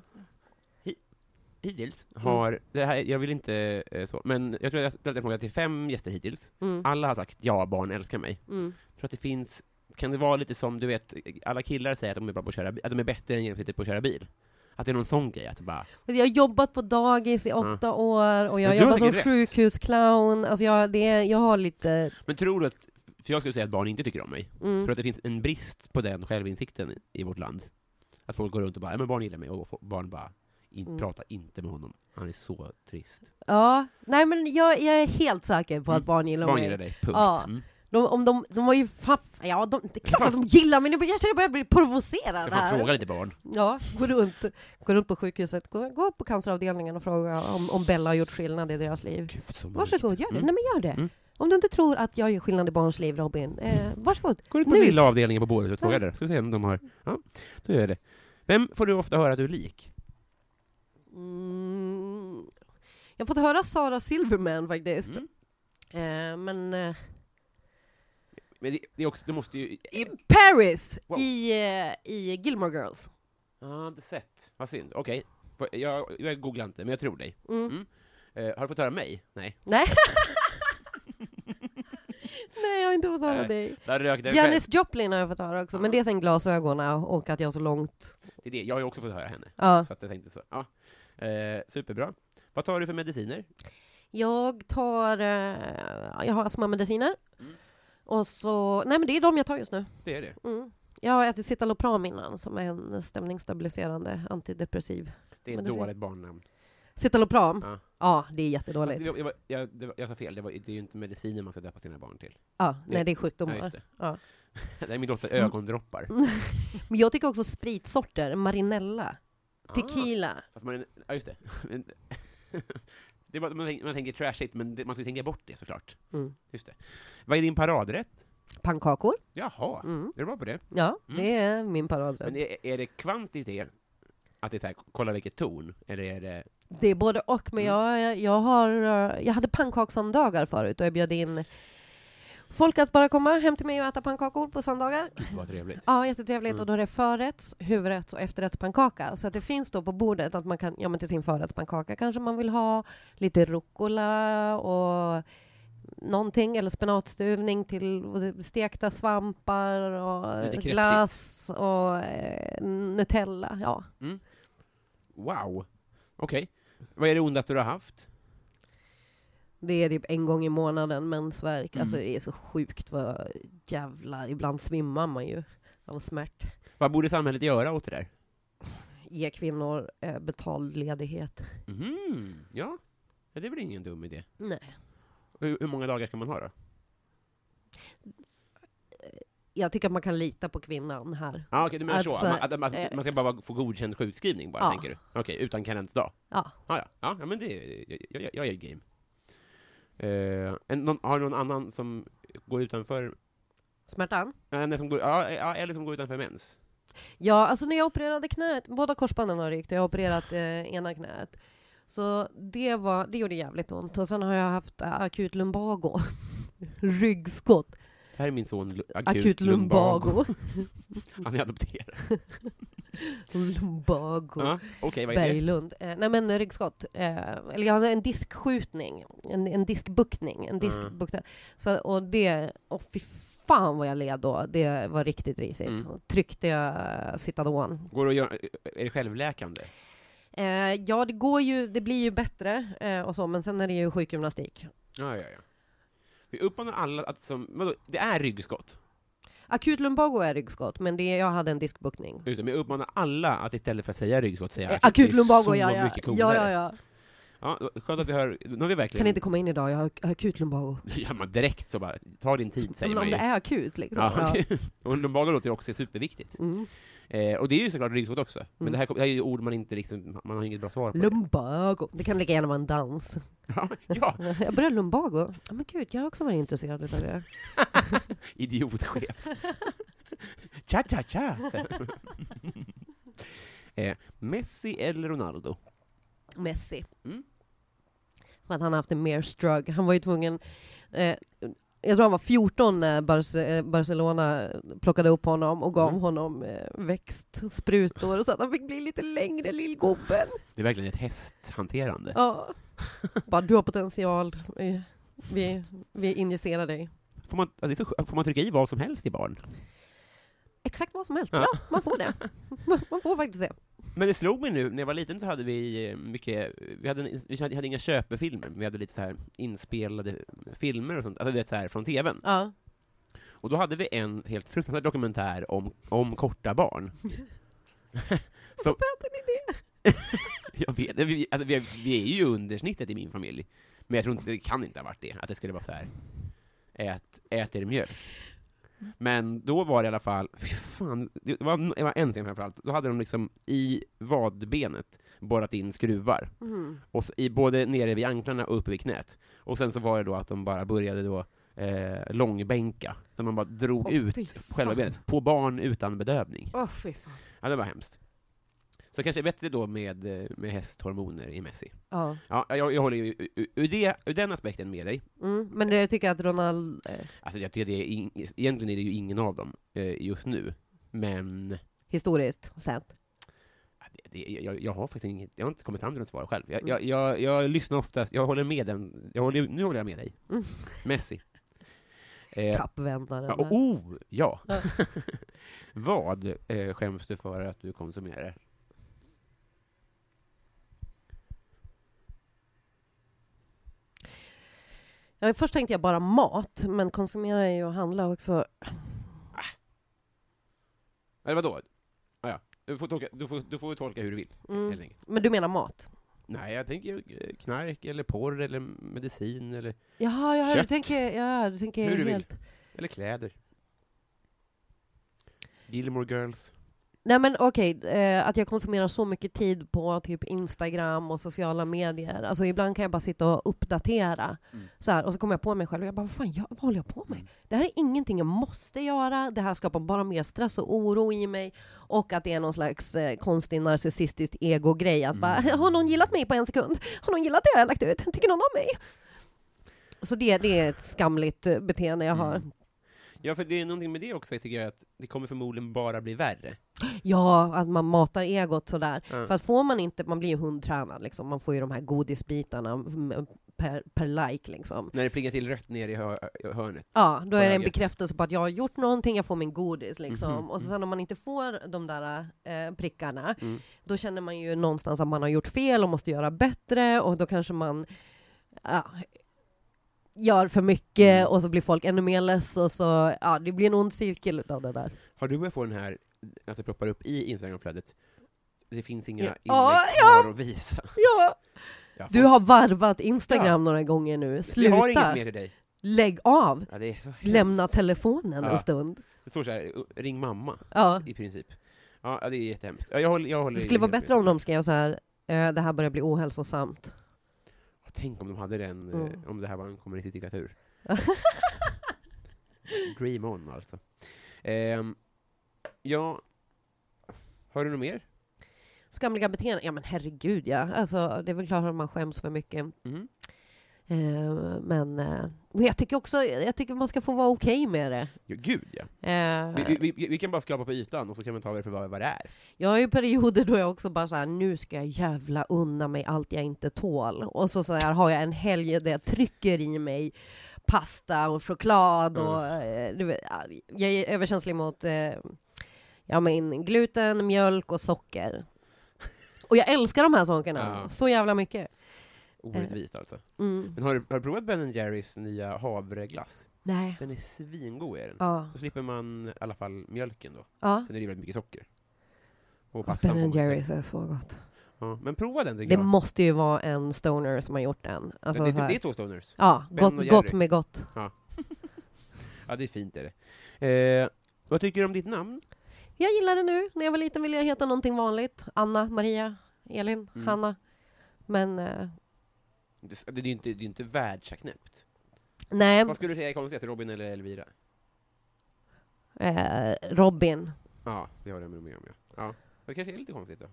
Hittills Mm. har, det här, jag vill inte eh, så, men jag tror jag ställde en fråga till fem gäster hittills. Mm. Alla har sagt ja, barn älskar mig. Mm. Jag tror att det finns, kan det vara lite som, du vet, alla killar säger att de är bra på att köra bi- att de är bättre än genomsnittet på att köra bil. Att det är någon sån grej, att det bara, Men Jag har jobbat på dagis i åtta år och Men jag har Ah. du har jobbat som säkert rätt. sjukhusclown. Alltså jag, det, är- jag har lite... men tror du att, för jag skulle säga att barn inte tycker om mig, tror Mm. du att det finns en brist på den självinsikten i vårt land? Att folk går runt och bara, ja men barn gillar mig, och få- barn bara, In, Mm. Prata inte med honom. Han är så trist. Ja, nej men jag, jag är helt säker på att Mm. barn gillar Barn mig. gillar dig, punkt. Ja. Mm. De, om de, de var ju fan, ja de, det är klart att de gillar mig, Nu börjar- jag känner att jag börjar bli provocerad Ska man här. fråga lite barn? Ja, gå runt, gå runt på sjukhuset, gå, gå på canceravdelningen och fråga om, om Bella har gjort skillnad i deras liv. Gud, så Varsågod, gör det. Mm. Nej men gör det. Mm. Om du inte tror att jag gör skillnad i barns liv, Robin, eh, varsågod. Går ut på Nu- lilla avdelningen på båda och frågar där. Ska vi se om de har... Ja, då gör jag det. Vem får du ofta höra att du är lik? Mm, jag har fått höra Sara Silverman faktiskt. Mm. Eh, men eh, Men det, det är också, du måste ju... i Paris Wow. i, eh, i Gilmore Girls. Ja, inte sett. Vad synd. Okej. Får- Jag, jag googlar inte, men jag tror dig. Mm. Mm. Eh, har du fått höra mig? Nej. [LAUGHS] Nej. Nej, jag har inte fått höra Nej. dig. Där rökte jag själv. Janis Joplin har jag fått höra också, men det är sen glasögonen och att jag har så långt. Det är det. Jag har ju också fått höra henne. Ja. Så att jag tänkte så. Ja. Eh, superbra. Vad tar du för mediciner? Jag tar, eh, jag har astmamediciner. Mm. Och så, nej men det är de jag tar just nu. Det är det. Mm. Jag har ätit Citalopram innan, som är en stämningsstabiliserande antidepressiv. Det är ett Medicin. dåligt barnnamn. Citalopram? Ja. Alltså, Ja, det är Fast jättedåligt. det var- jag, var- jag, det var- jag sa fel. Det, var, det är ju inte mediciner man ska döpa sina barn till. Ja, nej, det är Ja, sjukdomar. just [LAUGHS] det. Ja. Mm. Nej, min dotter ögondroppar. Men jag tycker också spritsorter, Marinella, Ah. Tequila. Fast man, ja, just det. [LAUGHS] Men- det är bara, man, tänker, man tänker trashigt, men det, man ska ju tänka bort det såklart. Mm. Just det. Vad är din paradrätt? Pannkakor. Jaha, Mm. är du bra på det? Ja, Ah. Mm. det är min paradrätt. Men är, är det kvantitet? Att det är så här, kolla vilket torn? Eller är det... Det är både och, men Mm. jag, jag, har, eh, jag hade pannkakssöndagar förut och jag bjöd in folk att bara komma hem till mig och äta pannkakor på söndagar. Gud, Vad [LAUGHS] trevligt. Ja, jättetrevligt. Mm. Och då är det förrätts, huvudrätts och efterrättspannkaka. Så att det finns då på bordet att man kan, ja men till sin förrättspannkaka kanske man vill ha lite rucola och någonting, eller spenatstuvning till stekta svampar och Lite krepsigt. glass och eh, Nutella. Ja. Wow! Okej. Vad är det ondaste du har haft? Det är typ en gång i månaden mensvärk. Mm. Alltså det är så sjukt vad jävlar, ibland svimmar man ju av smärt. Vad borde samhället göra åt det där? Ge kvinnor eh, betald ledighet. Mhm, ja. ja. Det är väl ingen dum idé. Nej. Hur, hur många dagar ska man ha då? Jag tycker att man kan lita på kvinnan här. Ah, okej, du menar så? Alltså, Man, att, man, eh, man ska bara få godkänd sjukskrivning bara, Ja. tänker du? Okej, utan karensdag? Ja. Ah, ja. ja, ja, men det, jag, jag, jag är game. Eh, en, någon, har du någon annan som går utanför, Eh, Smärtan? nej, nej, som går, ja, ja, eller som går utanför mens? Ja, alltså när jag opererade knät, båda korsbanden har rykt, jag har opererat eh, ena knät. Så det, var, det gjorde jävligt ont. Och sen har jag haft eh, akut lumbago. [LAUGHS] Ryggskott. Det här är min son, lu- akut, Akut lumbago. [LAUGHS] Han är adopterad. [LAUGHS] lumbago. Ja, Okej, vad är det? Berglund. Eh, nej men ryggskott. Eh, eller jag hade en diskskjutning. En, en diskbuktning. Mm. En diskbuktning. Så, och det, och fy fan vad jag led då. Det var riktigt risigt. Mm. Tryckte jag eh, Citadon. Går det att göra, är det självläkande? Eh, ja det går ju, det blir ju bättre eh, och så, men sen är det ju sjukgymnastik. Ja, ja, ja. Vi uppmanar alla att som, vadå, det är ryggskott. Akut lumbago är ryggskott, men det, jag hade en diskbuktning. Just det, men jag uppmanar alla att istället för att säga ryggskott säga Eh, akut. akut Det är lumbago, så ja ja. mycket ja coolare. ja ja. Ja, skönt att vi hör, nu har vi verkligen... Kan inte komma in idag, jag har ak- akut lumbago. [LAUGHS] Ja, man direkt så bara, ta din tid säger Men man om ju. det är akut liksom. Ja, Ja. okej. [LAUGHS] Och lumbago låter ju också superviktigt. [LAUGHS] Mm. Eh, och det är ju såklart ryggskott också. Men Mm. det här, kom- det här är ju ord man inte liksom, man har inget bra svar på. det. Lumbago. Det kan lika gärna vara en dans. [LAUGHS] Ja, ja, Jag började lumbago. Ja, men gud, jag har också varit intresserad av det. idiotchef. Tja, tja, tja. [LAUGHS] eh, Messi eller Ronaldo? Messi. Mm. För att han har haft en mer drug. Han var ju tvungen... Eh, jag tror han var 14 när Barce- eh, Barcelona plockade upp honom och gav Mm. honom eh, växtsprutor och så att han fick bli lite [LAUGHS] längre, lillgubben. Det är verkligen ett hästhanterande. Ja. Bara, du har potential. Eh, Vi, vi injicerar dig. Får, man, ja, det är så, skönt. får man trycka i vad som helst i barn? Exakt vad som helst. Ja. Ja, man får det. [LAUGHS] Man får faktiskt det. Men det slog mig nu, när jag var liten så hade vi eh, mycket, vi hade, en- vi hade, hade inga köpefilmer, men vi hade lite så här inspelade filmer och sånt, alltså du vet så här från TVn. Ja. Och då hade vi en helt fruktansvärd dokumentär om, om korta barn. som, [LAUGHS] Jag vet, vi, alltså, vi, är- vi är ju under snittet i min familj. Men jag tror inte, det kan inte ha varit det, att det skulle vara så här. Ät, ät er mjölk. Men då var det i alla fall, fy fan, det var, det var en scen framförallt, då hade de liksom i vadbenet borrat in skruvar. Mm. Och så, i, både nere vid anklarna och uppe vid knät. Och sen så var det då att de bara började då eh, långbänka. Så man bara drog Åh, fy ut fan. själva benet. På barn utan bedövning. Åh, fy fan. Ja, det var hemskt. Så kanske bättre då med, eh, med hästhormoner i Messi. Ja. Ja, jag, jag håller ju ur- ur, ur, det, ur den aspekten med dig. Mm. Men det, jag tycker att Ronald... Eh, Alltså jag tycker det är in, egentligen är det ju ingen av dem eh, just nu. Men historiskt sett. ja, det, det, jag, jag har faktiskt inget, jag har inte kommit fram till något svar själv. Jag, jag, jag, jag lyssnar oftast, jag håller med den, jag håller, nu håller jag med dig. Mm. Messi. Eh, Kappvändaren. Ja, där. oh, ja. Ja. [LAUGHS] Vad eh, skäms du för att du konsumerar? Ja, först tänkte jag bara mat, men konsumera är ju att handla också. Eller vadå? Ah, ja. du, får tolka, du, får, du får tolka hur du vill, helt Mm. enkelt. Men du menar mat? Nej, jag tänker eh, knark, eller porr, eller medicin, eller, Jaha, ja, du Kött. tänker, ja, du tänker Hur du vill. helt... eller kläder. Gilmore Girls. Nej men okej, eh, att jag konsumerar så mycket tid på typ Instagram och sociala medier. Alltså ibland kan jag bara sitta och uppdatera. Mm. Så här, och så kommer jag på mig själv och jag bara, vad fan jag, vad håller jag på med? Det här är ingenting jag måste göra. Det här skapar bara mer stress och oro i mig. Och att det är någon slags eh, konstig narcissistisk ego-grej. Att bara, Mm. har någon gillat mig på en sekund? Har någon gillat det jag har lagt ut? Tycker någon om mig? Så det, det är ett skamligt eh, beteende jag har. Mm. Ja, för det är någonting med det också, jag tycker jag, att det kommer förmodligen bara bli värre. Ja, att man matar egot sådär. Ja. För att får man inte, man blir ju hundtränad liksom. Man får ju de här godisbitarna mm, per, per like liksom. När det plingar till rött ner i hör- hörnet. Ja, då är det en ögat. bekräftelse på att jag har gjort någonting, jag får min godis liksom. Mhm, Och så sen om man inte får de där eh, prickarna, Mm. då känner man ju någonstans att man har gjort fel och måste göra bättre och då kanske man ja, gör för mycket Mm. och så blir folk ännu mer less och så, ja, det blir en ond cirkel utav det där. Har du börjat få den här, att det ploppar upp i Instagramflödet? Det finns inga Ja. inlägg Ja, kvar att visa. Ja! Ja, Du fan. har varvat Instagram Ja. några gånger nu, Vi har sluta! inget mer till dig. Lägg av! Ja, det är så Lämna telefonen en Ja. stund. Det står så här, ring mamma, Ja. i princip. Ja, ja, det är jättehemskt. Ja, Jag håller, jag håller Det skulle vara helt bättre om med. de skrev så här. "Eh, Det här börjar bli ohälsosamt. [LAUGHS] Tänk om de hade den, eh, Mm. om det här var en kommunistisk diktatur. Dream on, alltså. Ehm, ja, har du något mer? Skamliga beteenden? Ja men herregud ja. Alltså, det är väl klart att man skäms för mycket. Mm. Eh, Men, eh, men jag tycker också jag tycker man ska få vara okej med det. Ja, gud, ja. Eh, Vi, vi, vi, vi kan bara skrapa på ytan, och så kan vi ta det för vad, vad det är. Jag har ju perioder då jag också bara så här, nu ska jag jävla unna mig allt jag inte tål. Och så, så här, har jag en helg där jag trycker i mig pasta och choklad och Mm. eh, du vet, ja, jag är överkänslig mot eh, ja, men gluten, mjölk och socker. Och jag älskar de här sakerna Ja. så jävla mycket. Orättvist, alltså. Mm. Men har du, har du provat Ben Jerrys nya havreglass? Nej. Den är svingod är den. Ja. Då slipper man i alla fall mjölken då. ja. Sen är det väldigt mycket socker. Och pastan Ben får man inte. Jerrys är så gott. Ja, men prova den tycker Det jag. måste ju vara en stoner som har gjort den. Alltså, det, så det, här, det är två stoners. ja, Ben och gott, gott Jerry. med gott. Ja, det är fint är det. Eh, vad tycker du om ditt namn? Jag gillar det nu. När jag var liten ville jag heta någonting vanligt. Anna, Maria, Elin, Mm. Hanna. Men eh, Det, det är ju inte, det är ju inte världsaknäppt. nej, Vad skulle du säga är konstigast, Robin eller Elvira? eh, Robin. Ja, det har jag med om ja. ja. Det kanske är lite konstigt då.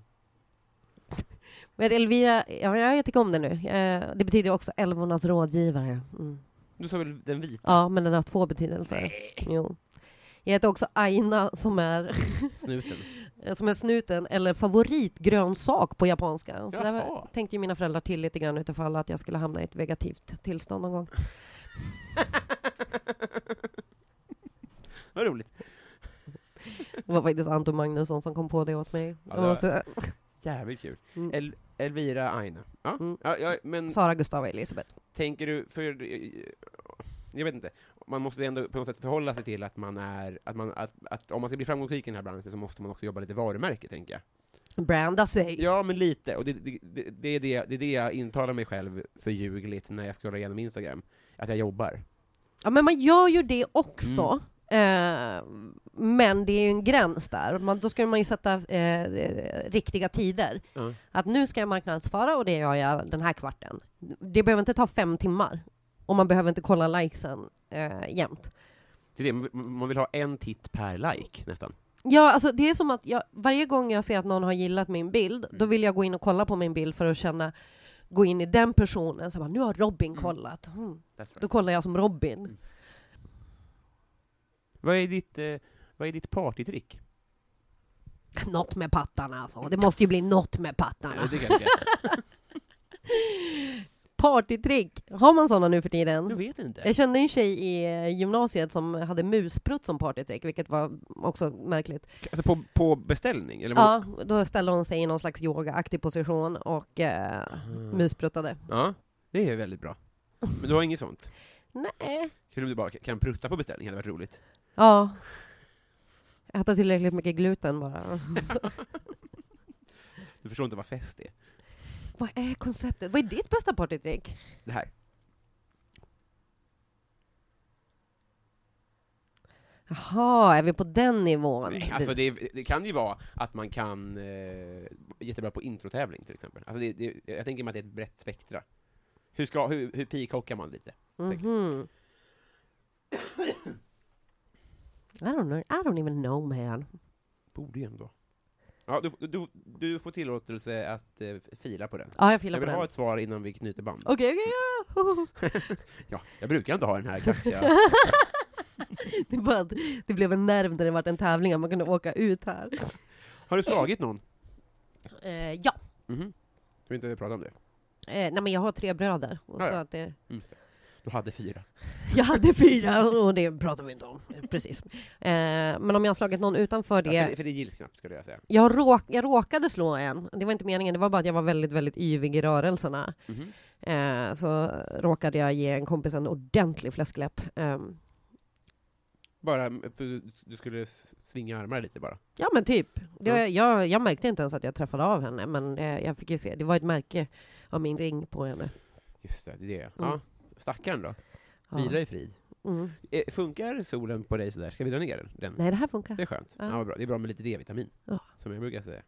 Men Elvira, ja, jag tycker om det nu. Eh, det betyder också älvornas rådgivare. Mm. Du sa väl den vita? Ja, men den har två betydelser. Jo. Jag heter också Aina som är, [LAUGHS] eh, Snuten? som är snuten, eller favoritgrönsak på japanska. Så där Jaha. var- tänkte ju mina föräldrar till lite grann utifall att jag skulle hamna i ett vegativt tillstånd någon gång. vad roligt. Det var faktiskt Anton Magnusson som kom på det åt mig. Ja, Jag det- måste- Jävligt kul. Mm. El, Elvira Aina. Ja. Mm. Ja, ja, men Sara, Gustava, Elisabeth. Tänker du, för jag vet inte, man måste ändå på något sätt förhålla sig till att man är, att man, att, att om man ska bli framgångsrik i den här branschen så måste man också jobba lite varumärke, tänker jag. Branda sig. Ja, men lite. Och det, det, det, det, är det, det är det jag intalar mig själv för ljugligt när jag scrollar igenom Instagram. Att jag jobbar. Ja, men man gör ju det också. Eh, men det är ju en gräns där. Man, då skulle man ju sätta eh, eh, riktiga tider. Ja. Att nu ska jag marknadsföra och det gör jag den här kvarten. Det behöver inte ta fem timmar. Och man behöver inte kolla likesen eh, jämt. Det är det, man- man vill ha en titt per like, nästan. Ja, alltså det är som att jag, varje gång jag ser att någon har gillat min bild, då vill jag gå in och kolla på min bild för att känna, gå in i den personen, så bara, nu har Robin kollat. Hmm. Då kollar jag som Robin. Vad är ditt, eh, vad är ditt partytrick? [LAUGHS] Något med pattarna alltså. Det måste ju bli något med Ja, pattarna. det kan jag inte. [LAUGHS] Partytrick! Har man sådana nu för tiden? Jag vet inte. Jag kände en tjej i eh, gymnasiet som hade musprutt som partytrick, vilket var också märkligt. Alltså på, på beställning? Eller vad- Ja, då ställde hon sig i någon slags yogaaktig position och eh, Ah. muspruttade. ja. Det är väldigt bra. Men du har inget sånt? Nej. Kul om du bara kan prutta på beställning, hade varit roligt. Ja. Äta tillräckligt mycket gluten bara. Så, Du förstår inte vad fest är. vad är konceptet? Vad är ditt bästa partytrick? Det här. Jaha, är vi på den nivån? Nej, alltså det, det kan ju vara att man kan eh, jättebra på introtävling till exempel. Alltså det, det, jag tänker mig att det är ett brett spektra. Hur, ska, hur, hur peacockar man lite? Mhm. I don't know. I don't even know man. Borde ju ändå. Ja, du, du, du får tillåtelse att eh, fila på den. Ja, jag Jag filar vill på den. ha Okej, ett svar innan vi knyter band. okej, ja. Hoho. [LAUGHS] Ja, jag brukar inte ha den här kaxiga... [LAUGHS] [LAUGHS] Det, är bara att det blev en nerv när det var en tävling, att man kunde åka ut här. Har du slagit någon? Eh, ja. Mhm. Du vill inte prata om det? Eh, nej men jag har tre bröder. Och Ja, så ja. att det, Just det. Du hade fyra. jag hade fyra och det pratar vi inte om. Precis. Eh, men om jag har slagit någon utanför Ja, för, det. det- för det gills knappt, skulle jag säga. Jag, råk, jag råkade slå en. Det var inte meningen, det var bara att jag var väldigt, väldigt yvig i rörelserna. Mhm. Eh, så råkade jag ge en kompis en ordentlig fläskläpp. Ehm, Bara, mm, för du, du skulle s- svinga armarna lite bara. Ja men typ. Det, Mm. jag, jag märkte inte ens att jag träffade av henne, men eh, jag fick ju se. Det var ett märke av min ring på henne. Just det, det är det. Ja. Mm. Stackaren då. Ja. Vila i frid. Mm. Eh, funkar solen på dig sådär? Ska vi dra ner den? Nej, det här funkar. Det är skönt. Ja. Ja. vad bra. Det är bra med lite D-vitamin, Ja. som jag brukar säga.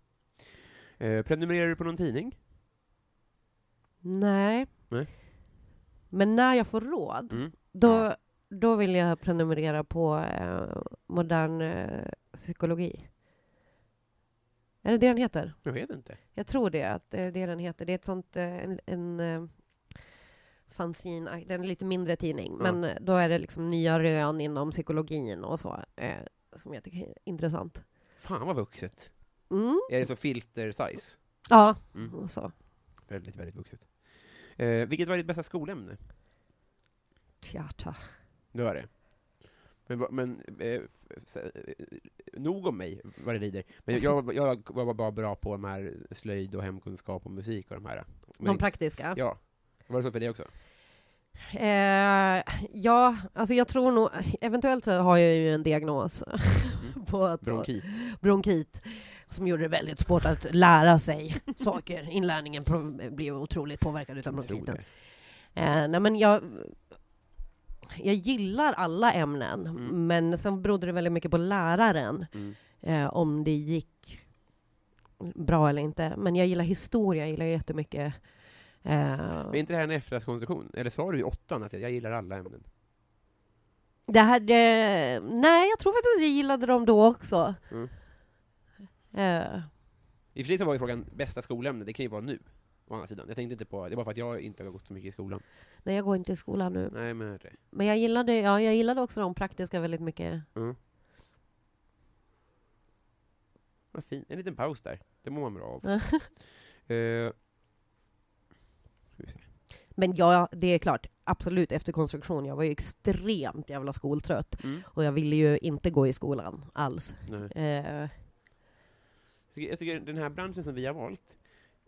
Eh, prenumererar du på någon tidning? Nej. Nej. Men när jag får råd, Mm. då, Ja. då vill jag prenumerera på eh, modern eh, psykologi. Är det det den heter? Jag vet inte. Jag tror det, att eh, det den heter. Det är ett sånt, eh, en, en eh, fanzin, eh, den är lite mindre tidning, Ja. men eh, då är det liksom nya rön inom psykologin och så, eh, som jag tycker är intressant. Fan vad vuxet. Mm. Är det så filter-size? Ja, Mm. och så. Väldigt, väldigt vuxet. Eh, vilket var ditt bästa skolämne? Tjata. Det var det. Men, va- men eh, f- s- eh, nog om mig, vad det lider. Men jag, jag var bara bra på de här slöjd och hemkunskap och musik och de här. Men De inte- praktiska. Ja. Var det så för dig också? Eh, ja, alltså jag tror nog, eventuellt så har jag ju en diagnos [LAUGHS] på att Bronkit? bronkit som gjorde det väldigt svårt att lära sig [LAUGHS] saker. Inlärningen pro- blev otroligt påverkad av Jag tror bronkiten. det. Eh, nej men jag, jag gillar alla ämnen, Mm. men sen berodde det väldigt mycket på läraren Mm. eh, om det gick bra eller inte. Men jag gillar historia, jag gillar jättemycket. Eh, Men är inte det här en efterhandskonstruktion? Eller sa du i åttan att jag, jag gillar alla ämnen? det här, eh, nej, jag tror faktiskt att jag gillade dem då också. Mm. Eh, I och för sig så var ju frågan bästa skolämne, det kan ju vara nu. Å andra sidan. Jag tänkte inte på, det var för att jag inte har gått så mycket i skolan. nej, jag går inte i skolan nu. Nej men det. Men jag gillade, ja, jag gillade också de praktiska väldigt mycket. Vad fint. En liten paus där. Det mår man bra [LAUGHS] av. Ja. Eh, Men ja, det är klart, absolut efter konstruktion. Jag var ju extremt jävla skoltrött. mm. Och jag ville ju inte gå i skolan alls. Nej. Eh, Jag tycker, jag tycker den här branschen som vi har valt,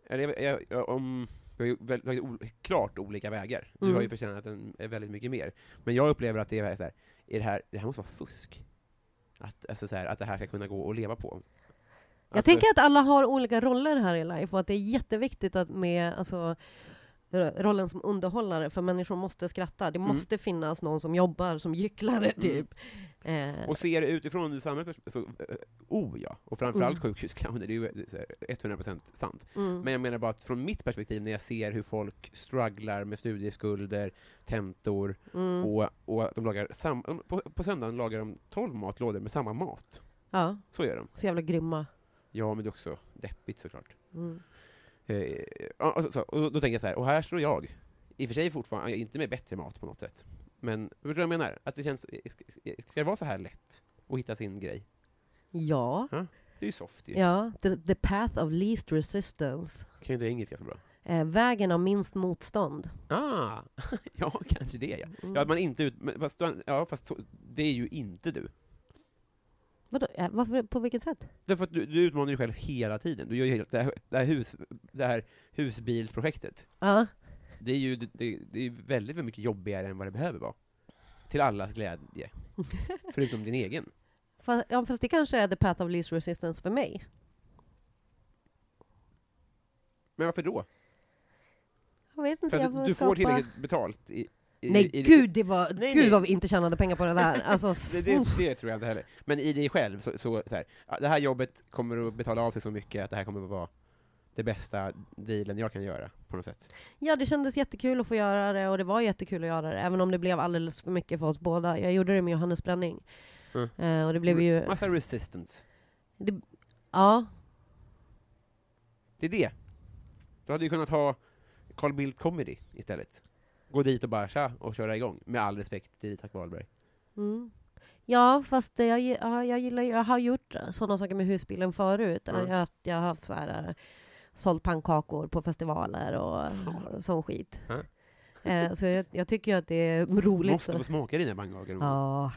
eller jag, jag, jag, om, vi har ju väl- tagit o, klart olika vägar. Du Mm. har ju förtjänat den eh, väldigt mycket mer. Men jag upplever att det är så här, är det här, det här måste vara fusk. Att, alltså så här, att det här ska kunna gå att leva på. Jag tänker att alla har olika roller här i life och att det är jätteviktigt att med alltså, ro- rollen som underhållare, för människor måste skratta. Det Mm. måste finnas någon som jobbar som gycklare, typ. Eh, Och ser det utifrån ur samhällets perspektiv, så, eh, oh ja, och framförallt Mm. sjukhusclowner, det är ju eh, så här 100% sant. mm. Men jag menar bara att från mitt perspektiv, när jag ser hur folk strugglar med studieskulder, tentor, mm. och, och att de lagar sam, de- på, på söndagen lagar de 12 matlådor med samma mat. Ja, Så gör de. så jävla grymma. Ja, men det är också deppigt såklart. Mm. Eh, ja, och, så, så, och då tänker jag så här, och här står jag. I och för sig fortfarande, inte med bättre mat på något sätt. Men förstår du vad jag menar? Att det känns, eh, ska, ska det vara så här lätt? Att hitta sin grej? Ja. Det är ju soft ju. Ja, the, the path of least resistance. Kan ju inte engelska så bra. Eh, vägen av minst motstånd. Mm. Ah, [LAUGHS] ja kanske det ja. Ja, att man inte ut, men, fast, du- ja, fast så, det är ju inte du. Vadå? Eh, Varför, på vilket sätt? Därför att du, du utmanar dig själv hela tiden. Du gör ju hela, det, här, det, här hus, det här husbilsprojektet, Ja. [LAUGHS] det är ju det, det, det är ju väldigt, väldigt mycket jobbigare än vad det behöver vara. Till allas glädje. Förutom din egen. Fast, ja, fast det kanske är the path of least resistance för mig. Men varför då? Jag vet inte, För jag att får du skapa... får tillräckligt betalt i... i Nej, i, gud, det var, Nej, gud nej. vad vi inte tjänade pengar på det där. [LAUGHS] Alltså, Det, det, det tror jag inte heller. Men i dig själv, så, så, så här, ja, det här jobbet kommer att betala av sig så mycket att det här kommer att vara det bästa dealen jag kan göra, på något sätt. Ja, det kändes jättekul att få göra det och det var jättekul att göra det, även om det blev alldeles för mycket för oss båda. Jag gjorde det med Johannes Bränning. Mm. Eh, och det blev ju... Massa resistance. Det, ja, Det är det. Du hade ju kunnat ha Carl Bildt Comedy istället. Gå dit och bara tja, och köra igång. Med all respekt till Isak Wahlberg. Mm. Ja, fast det, jag, gi- ja, jag gillar ju- jag har gjort sådana saker med husbilen förut. Mm. Jag, att jag har haft så här, eh, sålt pannkakor på festivaler och eh, sån skit. Mm. Eh, så jag, jag tycker ju att det är roligt. Måste så- få smaka dina pannkakor. Ja.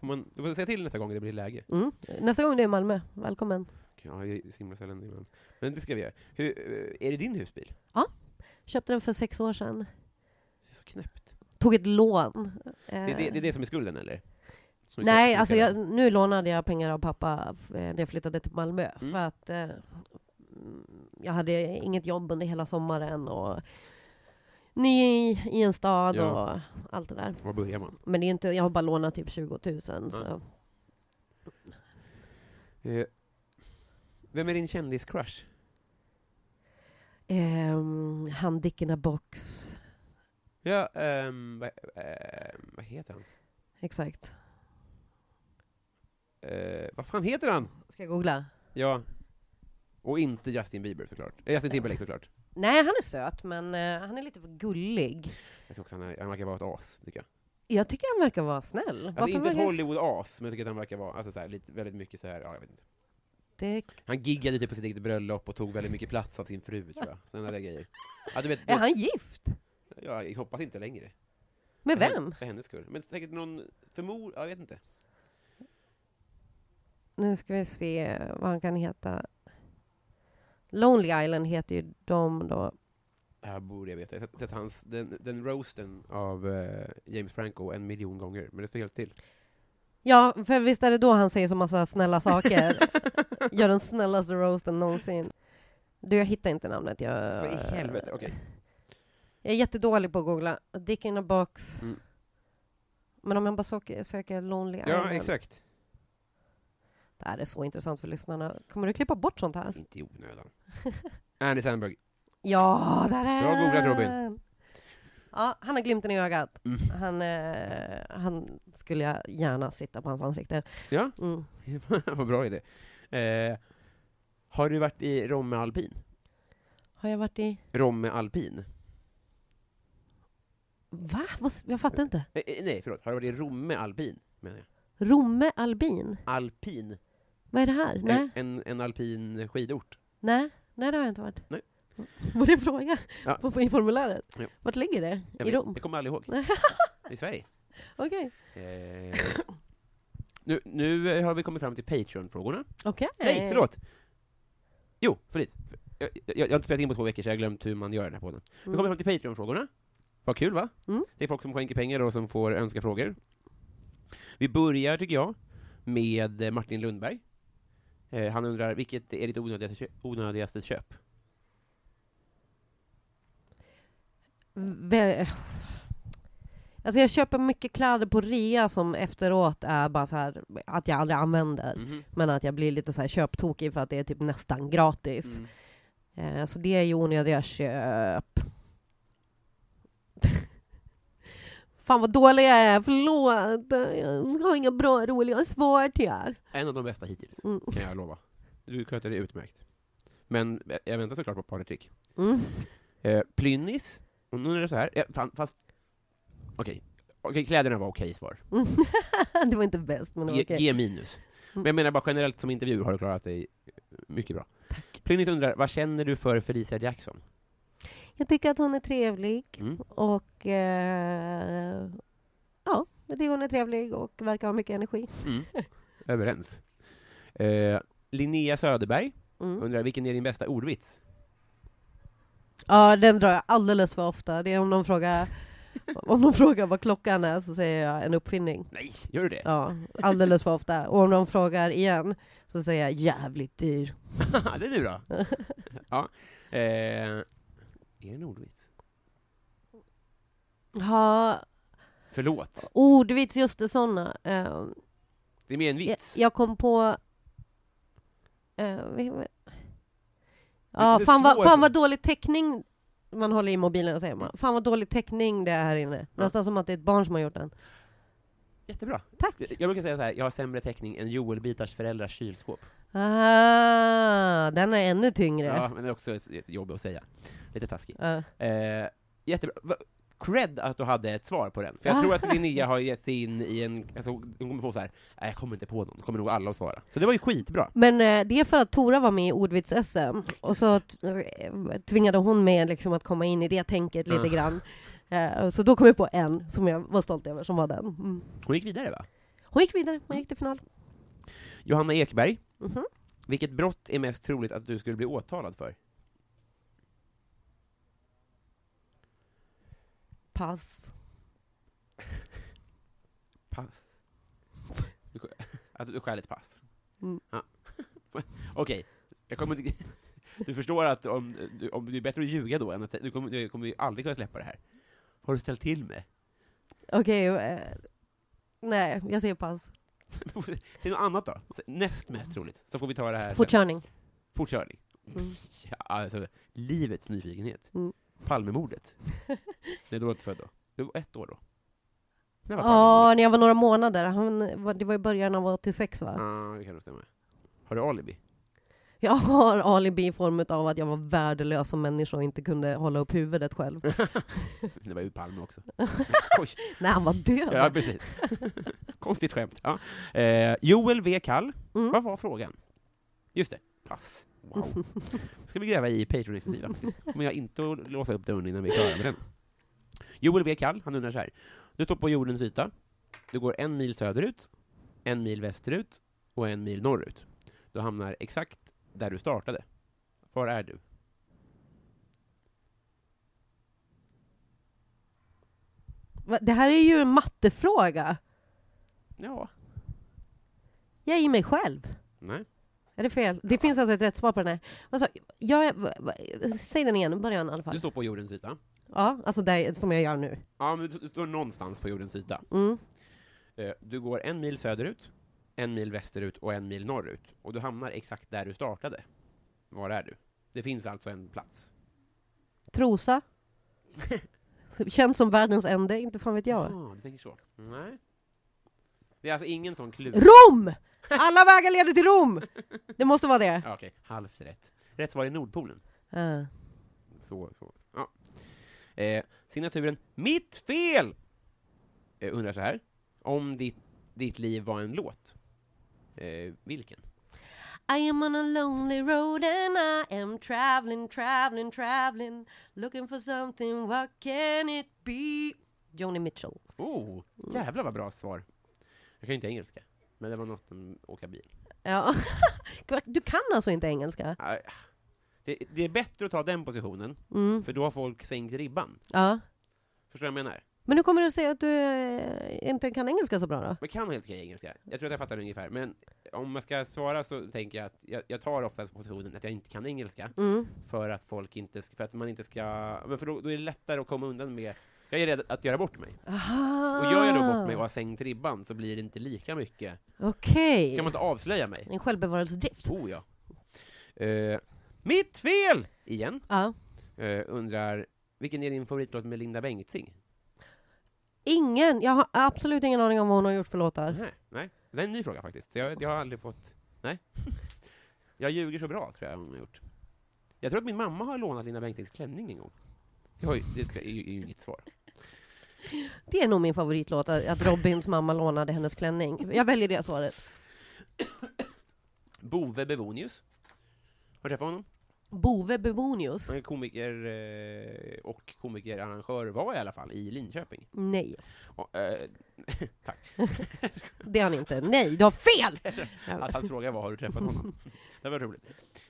Får man- Du får säga till nästa gång det blir läge. Mm. Nästa gång det är Malmö, välkommen. Ja, jag är så himla sällan ibland. Men det ska vi göra. Hur, eh, är det din husbil? Köpte den för sex år sedan. Det är så knäppt. Tog ett lån. Det, är det, det är det som är skulden, eller? Som är Nej, som är alltså skulden. jag, nu lånade jag pengar av pappa f- eh, när jag flyttade till Malmö. Mm. För att eh, mm, jag hade inget jobb under hela sommaren och ny i, i en stad Ja. och allt det där. Var börjar man? Men det är inte, jag har bara lånat typ 20 000. Så. Ja. Eh, Vem är din kändis-crush? Ehm, han Dick in a box. Ja, ehm, vad, ehm, vad heter han? Exakt. Eh, vad fan heter han? Ska jag googla? Ja. Och inte Justin Bieber såklart. Eh, Justin Timberlake såklart. Nej, han är söt, men eh, han är lite för gullig. Jag tycker också han, är, han verkar vara ett as, tycker jag. Jag tycker han verkar vara snäll. Alltså inte ett verkar- Hollywood-as, men jag tycker att han verkar vara alltså, så här, lite, väldigt mycket så här, ja jag vet inte. Dick. Han giggade typ på sitt eget bröllop och tog väldigt mycket plats av sin fru, tror jag. Sådana där grejer. Ja, du vet, Är han gift? ja, jag hoppas inte längre. Med För hen- vem? För hennes skull. Men säkert någon, för mor, ja, jag vet inte. Nu ska vi se vad han kan heta. Lonely Island heter ju de då. Det här borde jag veta. Jag har sett- sett hans, den, den roasten av eh, James Franco en miljon gånger, men det står helt till. Ja, för visst är det då han säger så massa [LAUGHS] snälla saker? Gör den snällaste roasten någonsin. Du, jag hittar inte namnet. Jag, Vad i helvete, okej. jag är jättedålig på att googla. Dick in a box. Mm. Men om jag bara söker, söker Lonely Island. Ja, exakt. Det här är så intressant för lyssnarna. Kommer du klippa bort sånt här? [LAUGHS] Inte i onödan. Andy Sandberg. Ja, där är Bra googlat, Robin. han. Ja, han har glimten i ögat. Mm. Han, eh, han skulle jag gärna sitta på hans ansikte. Ja, [LAUGHS] Mm. vad bra idé. Eh, har du varit i Romme Alpin? Har jag varit i... Romme Alpin? Va? Vad- Jag fattar inte. Eh, eh, nej, förlåt. Har du varit i Romme Alpin? Menar jag. Romme Albin? Alpin? Vad är det här? Nej, En, en alpin skidort? nej, nej det har jag inte varit. [LAUGHS] Nej. Var det en fråga? Ja. På, i formuläret? Ja. Vart ligger det? Jag I vet, Rom? Jag kommer aldrig ihåg. [LAUGHS] Nej. I Sverige. Okej. Eh, nu, nu har vi kommit fram till Patreon-frågorna. Okej. Nej, förlåt! Jo, förlåt. Jag, jag, jag har inte spelat in på två veckor, så jag har glömt hur man gör den här podden. Vi kommer fram till Patreon-frågorna. Vad kul, va? Mm. Det är folk som skänker pengar och som får önska frågor. Vi börjar, tycker jag, med eh, Martin Lundberg. Eh, han undrar, vilket är ditt onödigaste, kö- onödigaste köp? Vä- Mm. Alltså jag köper mycket kläder på rea som efteråt är bara så här att jag aldrig använder. Mhm. Men att jag blir lite så här köptokig för att det är typ nästan gratis. Mm. Eh, så det är ju onödiga köp. [LAUGHS] Fan vad dålig jag är, förlåt. Jag har inga bra roliga svar till er. En av de bästa hittills, Mm. kan jag lova. Du sköter det utmärkt. Men eh, jag väntar såklart på paret trick. Mm. Eh, Plynnis, och nu är det så här, eh, fan, fast... Okej, Okej, kläderna var okej svar. [LAUGHS] det var inte bäst, men det var Ge- okej. Mm. G minus. Men jag menar bara generellt som intervju har du klarat dig eh, mycket bra. Plynnis undrar, vad känner du för Felicia Jackson? Jag tycker att hon är trevlig. Mm. Och eh, ja, jag tycker hon är trevlig och verkar ha mycket energi. mm. [LAUGHS] Överens. Eh, Linnea Söderberg Mm. undrar, vilken är din bästa ordvits? Ja, den drar jag alldeles för ofta. Det är om någon frågar, om någon frågar vad klockan är så säger jag en uppfinning. Nej, gör du det? Ja, alldeles för ofta. Och om någon frågar igen så säger jag jävligt dyr. [LAUGHS] [LAUGHS] det är du då? ja. Eh, är det en ordvits? Ja, Förlåt, ordvits, just det, sådana. Eh, det är mer en jag, vits. jag kom på... eh, vad heter det? Ja, det är fan, vad, svårt. fan vad dålig täckning man håller i mobilen och säger man. Fan vad dålig täckning det är här inne. Nästan som att det är ett barn som har gjort den. Jättebra. Tack. Jag brukar säga så här, jag har sämre täckning än Joel Bitars föräldrars kylskåp. Ah, den är ännu tyngre. Ja, men det är också ett jobb att säga. Lite taskigt. Ja. Eh, jättebra. Va- Cred att du hade ett svar på den. För jag tror att Linnea har gett sig in i en... Alltså, hon kommer få så här, nej jag kommer inte på någon, kommer nog alla att svara. Så det var ju skitbra. Men eh, det är för att Tora var med i ordvits-SM, och så t- eh, tvingade hon mig liksom att komma in i det tänket lite Ah. grann. Eh, Så då kom jag på en som jag var stolt över, som var den. Mm. Hon gick vidare va? Hon gick vidare, hon gick till final. Johanna Ekberg, Mhm. vilket brott är mest troligt att du skulle bli åtalad för? Pass. Pass. Du sk- [LAUGHS] Att du stjäl ett pass? Mm. Ja. [LAUGHS] Okej, jag kommer inte... [LAUGHS] Du förstår att om, du- om det är bättre att ljuga då än att säga, du kommer, du kommer ju aldrig kunna släppa det här. Har du ställt till med? [LAUGHS] Okej, eh, nej, jag säger pass. Säg något annat då, Sä- näst mest troligt, så får vi ta det här sen. [LAUGHS] Fortkörning. Fortkörning. Mm. [LAUGHS] Ja, alltså, livets nyfikenhet. Mm. Palmemordet. Nej, du var inte född då. Du var ett år då. När var Ja, Palmemordet? när jag var några månader. Han, var- det var i början av 86 va? Ja, Ah, det kan nog stämma. Har du [LAUGHS] alibi? [LAUGHS] Jag har alibi i form av att jag var värdelös som människa och inte kunde hålla upp huvudet själv. Mm. Det var ju Palme [LAUGHS] också. Skoj. när han var död. Ja, precis. Konstigt skämt. Ja. Eh, Joel V. Kall, Mm. vad var frågan? Just det, pass. Wow. ska vi gräva i Patreon-sidan faktiskt. kommer jag inte att låsa upp dörren innan vi är klara med den. Joel V. Kall, han undrar så här. Du står på jordens yta. Du går en mil söderut, en mil västerut och en mil norrut. Du hamnar exakt där du startade. Var är du? Va, Det här är ju en mattefråga. Ja. Jag är i mig själv. Nej. Är det fel? Det finns alltså ett rätt svar på den här. Alltså, jag är, va- va- säg den igen, början i alla Du fall. står på jordens yta. Ja, alltså där som jag gör nu. Ja, men du- du står någonstans på jordens yta. Mm. Eh, Du går en mil söderut, en mil västerut och en mil norrut. Och du hamnar exakt där du startade. Var är du? Det finns alltså en plats. Trosa. Känns som världens ände, inte fan [LAUGHS] vet jag. Ah, du tänker så. Nej. Det är alltså ingen sån klurig... Rom! Alla vägar leder till Rom! Det måste vara det. Ah. Ja, Okej, halvt rätt. Rätt svar är Nordpolen. Ja. Så, så, så. Ja. Eh, signaturen Mitt fel! Eh, undrar så här. Om ditt, ditt liv var en låt. Eh, vilken? I am on a lonely road and I am traveling, traveling, traveling Looking for something, what can it be? Joni Mitchell. Oh, jävlar vad bra svar. Jag kan ju inte engelska. Men det var något om åka bil. Ja. [LAUGHS] Du kan alltså inte engelska? Aj. Det, det är bättre att ta den positionen, Mm. för då har folk sänkt ribban. Ja. Förstår du vad jag menar? Men hur kommer det sig att du eh, inte kan engelska så bra då? Man kan helt okej engelska. Jag tror att jag fattar det ungefär, men om jag ska svara så tänker jag att jag, jag tar ofta positionen att jag inte kan engelska Mm. för att folk inte ska, för att man inte ska, men för då, då är det lättare att komma undan med jag är rädd att göra bort mig. Aha. Och gör jag då bort mig och har sänkt ribban så blir det inte lika mycket. Okej. Kan man inte avslöja mig? En självbevarelsedrift. Oh ja. Eh, mitt fel! Igen. Ja. Eh, undrar, vilken är din favoritlåt med Linda Bengtzing? Ingen. Jag har absolut ingen aning om vad hon har gjort för låtar. Nej, nej. Det är en ny fråga faktiskt. Så Jag, jag har aldrig fått... [LAUGHS] Nej. Jag ljuger så bra, tror jag hon har gjort. Jag tror att min mamma har lånat Linda Bengtzings klänning en gång. Det, har ju, det ska- är ju är ju inget svar. Det är nog min favoritlåt, att att Robins mamma lånade hennes klänning. Jag väljer det svaret. Bove Bevonius. Har du träffat honom? Bove Bebonius? Han är komiker eh, och komikerarrangör var i alla fall i Linköping. Nej, Och, eh, [LAUGHS] tack. det är han inte. Nej, du har fel! [LAUGHS] Att hans fråga var har du träffat honom? det var roligt.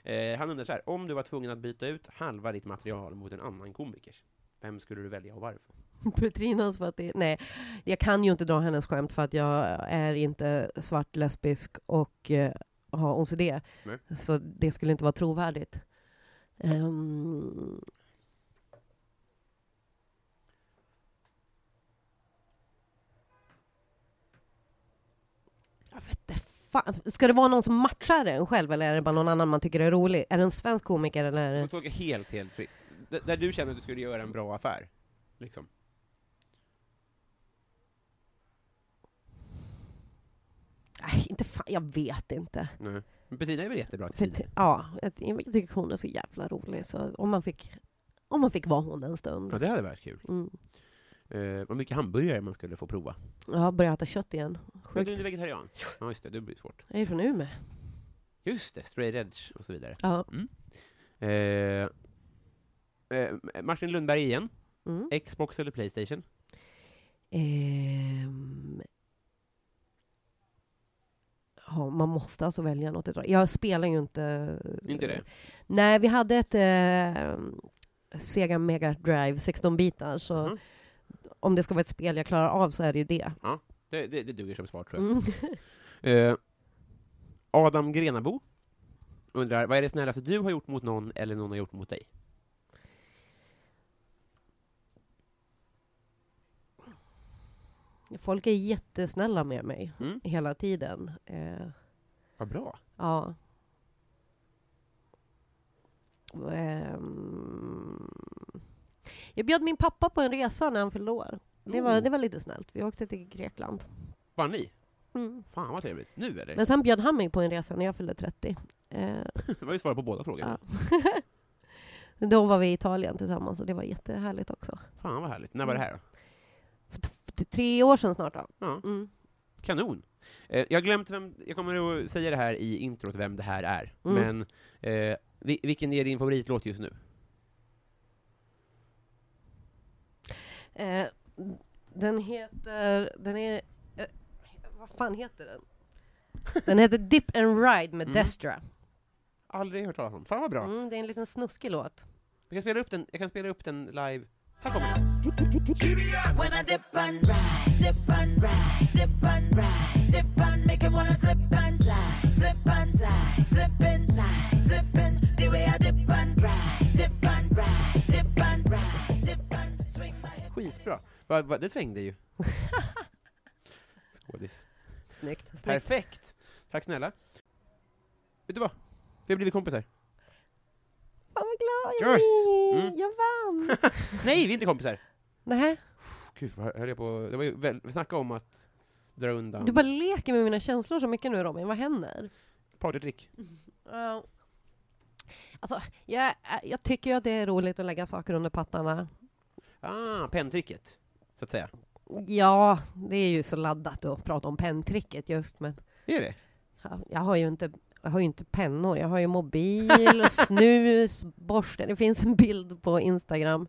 Eh, han undrar så här, om du var tvungen att byta ut halva ditt material mot en annan komikers, vem skulle du välja och varför? [LAUGHS] Petrinas för att det... Nej, jag kan ju inte dra hennes skämt för att jag är inte svart, lesbisk och eh, har OCD. Nej. Så det skulle inte vara trovärdigt. Ehm, Jag vet inte fan. Ska det vara någon som matchar en själv eller är det bara någon annan man tycker är rolig? Är det en svensk komiker eller? är Du får det- tolka helt, helt fritt. D- där du känner att du skulle göra en bra affär, liksom. Nej, inte fan, jag vet inte. Nej. Men Bettina är väl jättebra till För, tid? t- ja, jag jag tycker hon är så jävla rolig, så om man fick, om man fick vara hon en Ja, stund. det hade varit kul. Mm. Eh, vad mycket hamburgare man skulle få prova. Ja, börja äta kött igen. Men du är Sjukt. inte vegetarian? Ja, just det, det blir svårt. Jag är från Umeå. Just det, straight edge och så vidare. Ja. Eh, eh, Martin Lundberg igen. Mm. Xbox eller Playstation? Ehm. Ja, man måste alltså välja något. idag. Jag spelar ju inte... Inte det? Nej, vi hade ett eh, Sega Mega Drive 16-bitar, så Mhm. om det ska vara ett spel jag klarar av så är det ju det. Det, det, det duger som svar tror jag. Mm. [LAUGHS] Eh, Adam Grenabo undrar, vad är det snällaste du har gjort mot någon eller någon har gjort mot dig? Folk är jättesnälla med mig Mm. hela tiden. Eh, Vad bra. Ja. Ehm, Jag bjöd min pappa på en resa när han fyllde år. Det var, Mm. det var lite snällt. Vi åkte till Grekland. Bara ni? Mm. Fan vad trevligt. Nu eller? Men sen bjöd han mig på en resa när jag fyllde 30. Eh, [LAUGHS] [LAUGHS] Det var ju svar på båda frågorna. då var vi i Italien tillsammans och det var jättehärligt också. Fan vad härligt. När var det Mm. här då? För t- t- tre år sedan snart då. Ja, Mm. kanon. Eh, jag har glömt vem, jag kommer att säga det här i introt vem det här är, Mm. men eh, vi, vilken är din favoritlåt just nu? Eh, den heter... Den är... Eh, vad fan heter den? Den heter Dip and Ride med Mm. Destra. Aldrig hört talas om. Fan vad bra. Mm, det är en liten snuskig låt. Jag, kan spela upp den, jag kan spela upp den live. Här kommer den. When I dip and ride, dip and ride, dip and ride, dip and make him wanna slip and slide, slip and slide, slip and slide, slip and the way I dip and ride, dip and ride, dip and ride, dip and swing my hips. Skitbra. Va, va, det svängde [LAUGHS] ju. Skådis. Snyggt. snyggt. Perfekt! Tack snälla. Vet du vad? Vi har blivit [LAUGHS] kompisar. Fan vad glad jag Yes! blir! Mm. Jag vann! Nej, vi är inte kompisar! Nej, Gud, vad höll jag på... Det var ju väl... Vi snackade om att dra undan... du bara leker med mina känslor så mycket nu Robin, vad händer? Partytrick. Ja. Alltså, jag, jag tycker ju att det är roligt att lägga saker under pattarna. Ah, penntricket. Så att säga. Ja, det är ju så laddat att prata om penntricket just, men Är det? ja, jag har ju inte jag har ju inte pennor, jag har ju mobil, [LAUGHS] och snus, borste. Det finns en bild på Instagram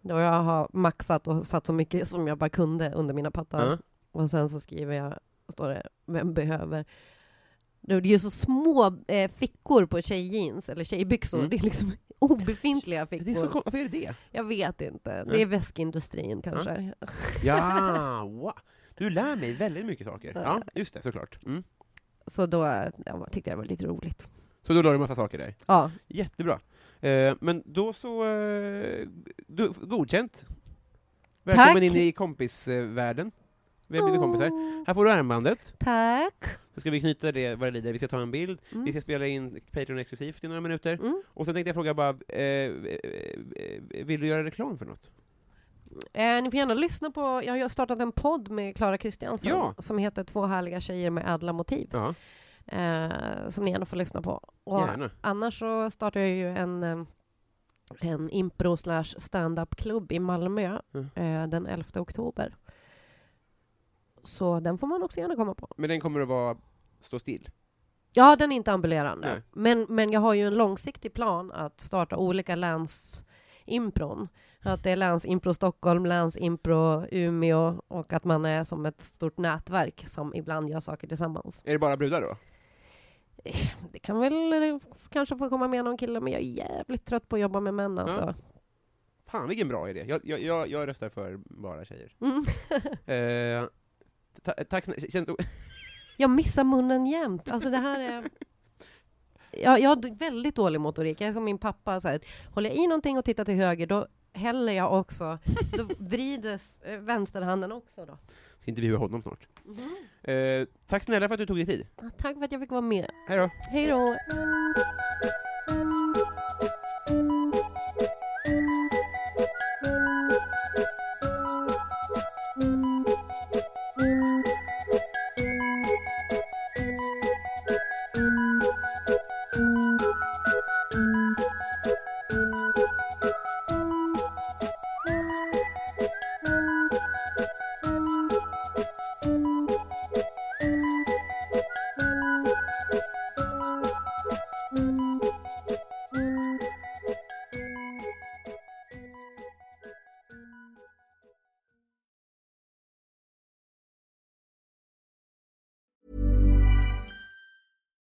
då jag har maxat och satt så mycket som jag bara kunde under mina pattar. Ja. Och sen så skriver jag, står det, vem behöver? Det är ju så små eh, fickor på tjejjeans eller tjejbyxor. Mm. Det är liksom [LAUGHS] obefintliga fickor. Det är så kom... Varför är det [LAUGHS] det? Jag vet inte. Det är väskindustrin kanske. Ja, wow. Du lär mig väldigt mycket saker. Ja, just det, såklart. Mm. Så då ja, tyckte jag det var lite roligt. Så då la du en massa saker där. Ja, Jättebra. Eh, men då så... Eh, du, godkänt. Tack. Välkommen in i kompisvärlden. Vi har blivit kompisar. Åh, Här får du armbandet. Oh, Tack. Så ska vi knyta det vad det lider. Vi ska ta en bild. Mm. Vi ska spela in Patreon exklusivt i några minuter. Mm. Och sen tänkte jag fråga bara, eh, eh, vill du göra reklam för något? Eh, ni får gärna lyssna på, jag har startat en podd med Klara Kristiansson Ja. som heter Två härliga tjejer med ädla motiv. Ja, Eh, som ni gärna får lyssna på. Och gärna. annars så startar jag ju en, eh, en impro slash standup-klubb i Malmö Mm. eh, den 11 oktober. Så den får man också gärna komma på. Men den kommer att vara, stå still. Ja, den är inte ambulerande. Nej. Men, men jag har ju en långsiktig plan att starta olika länsimpron. Att det är länsimpro Stockholm, länsimpro Umeå och att man är som ett stort nätverk som ibland gör saker tillsammans. Eh, Är det bara brudar då? Det kan väl eh, kanske få komma med någon kille, men jag är jävligt trött på att jobba med män alltså. Fan vilken bra idé. Jag, jag, jag, jag röstar för bara tjejer. Mm. [LAUGHS] Eh, ta, tack snä- känns, Jag missar munnen jämt. Alltså det här är... Jag, jag har väldigt dålig motorik. Jag är som min pappa. Så här, håller jag i någonting och tittar till höger, då häller jag också. Då vrides eh, vänsterhanden också. Då. Ska intervjua honom snart. Eh, tack snälla för att du tog dig tid. Tack för att jag fick vara med. Hej då. Hej då!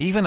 Even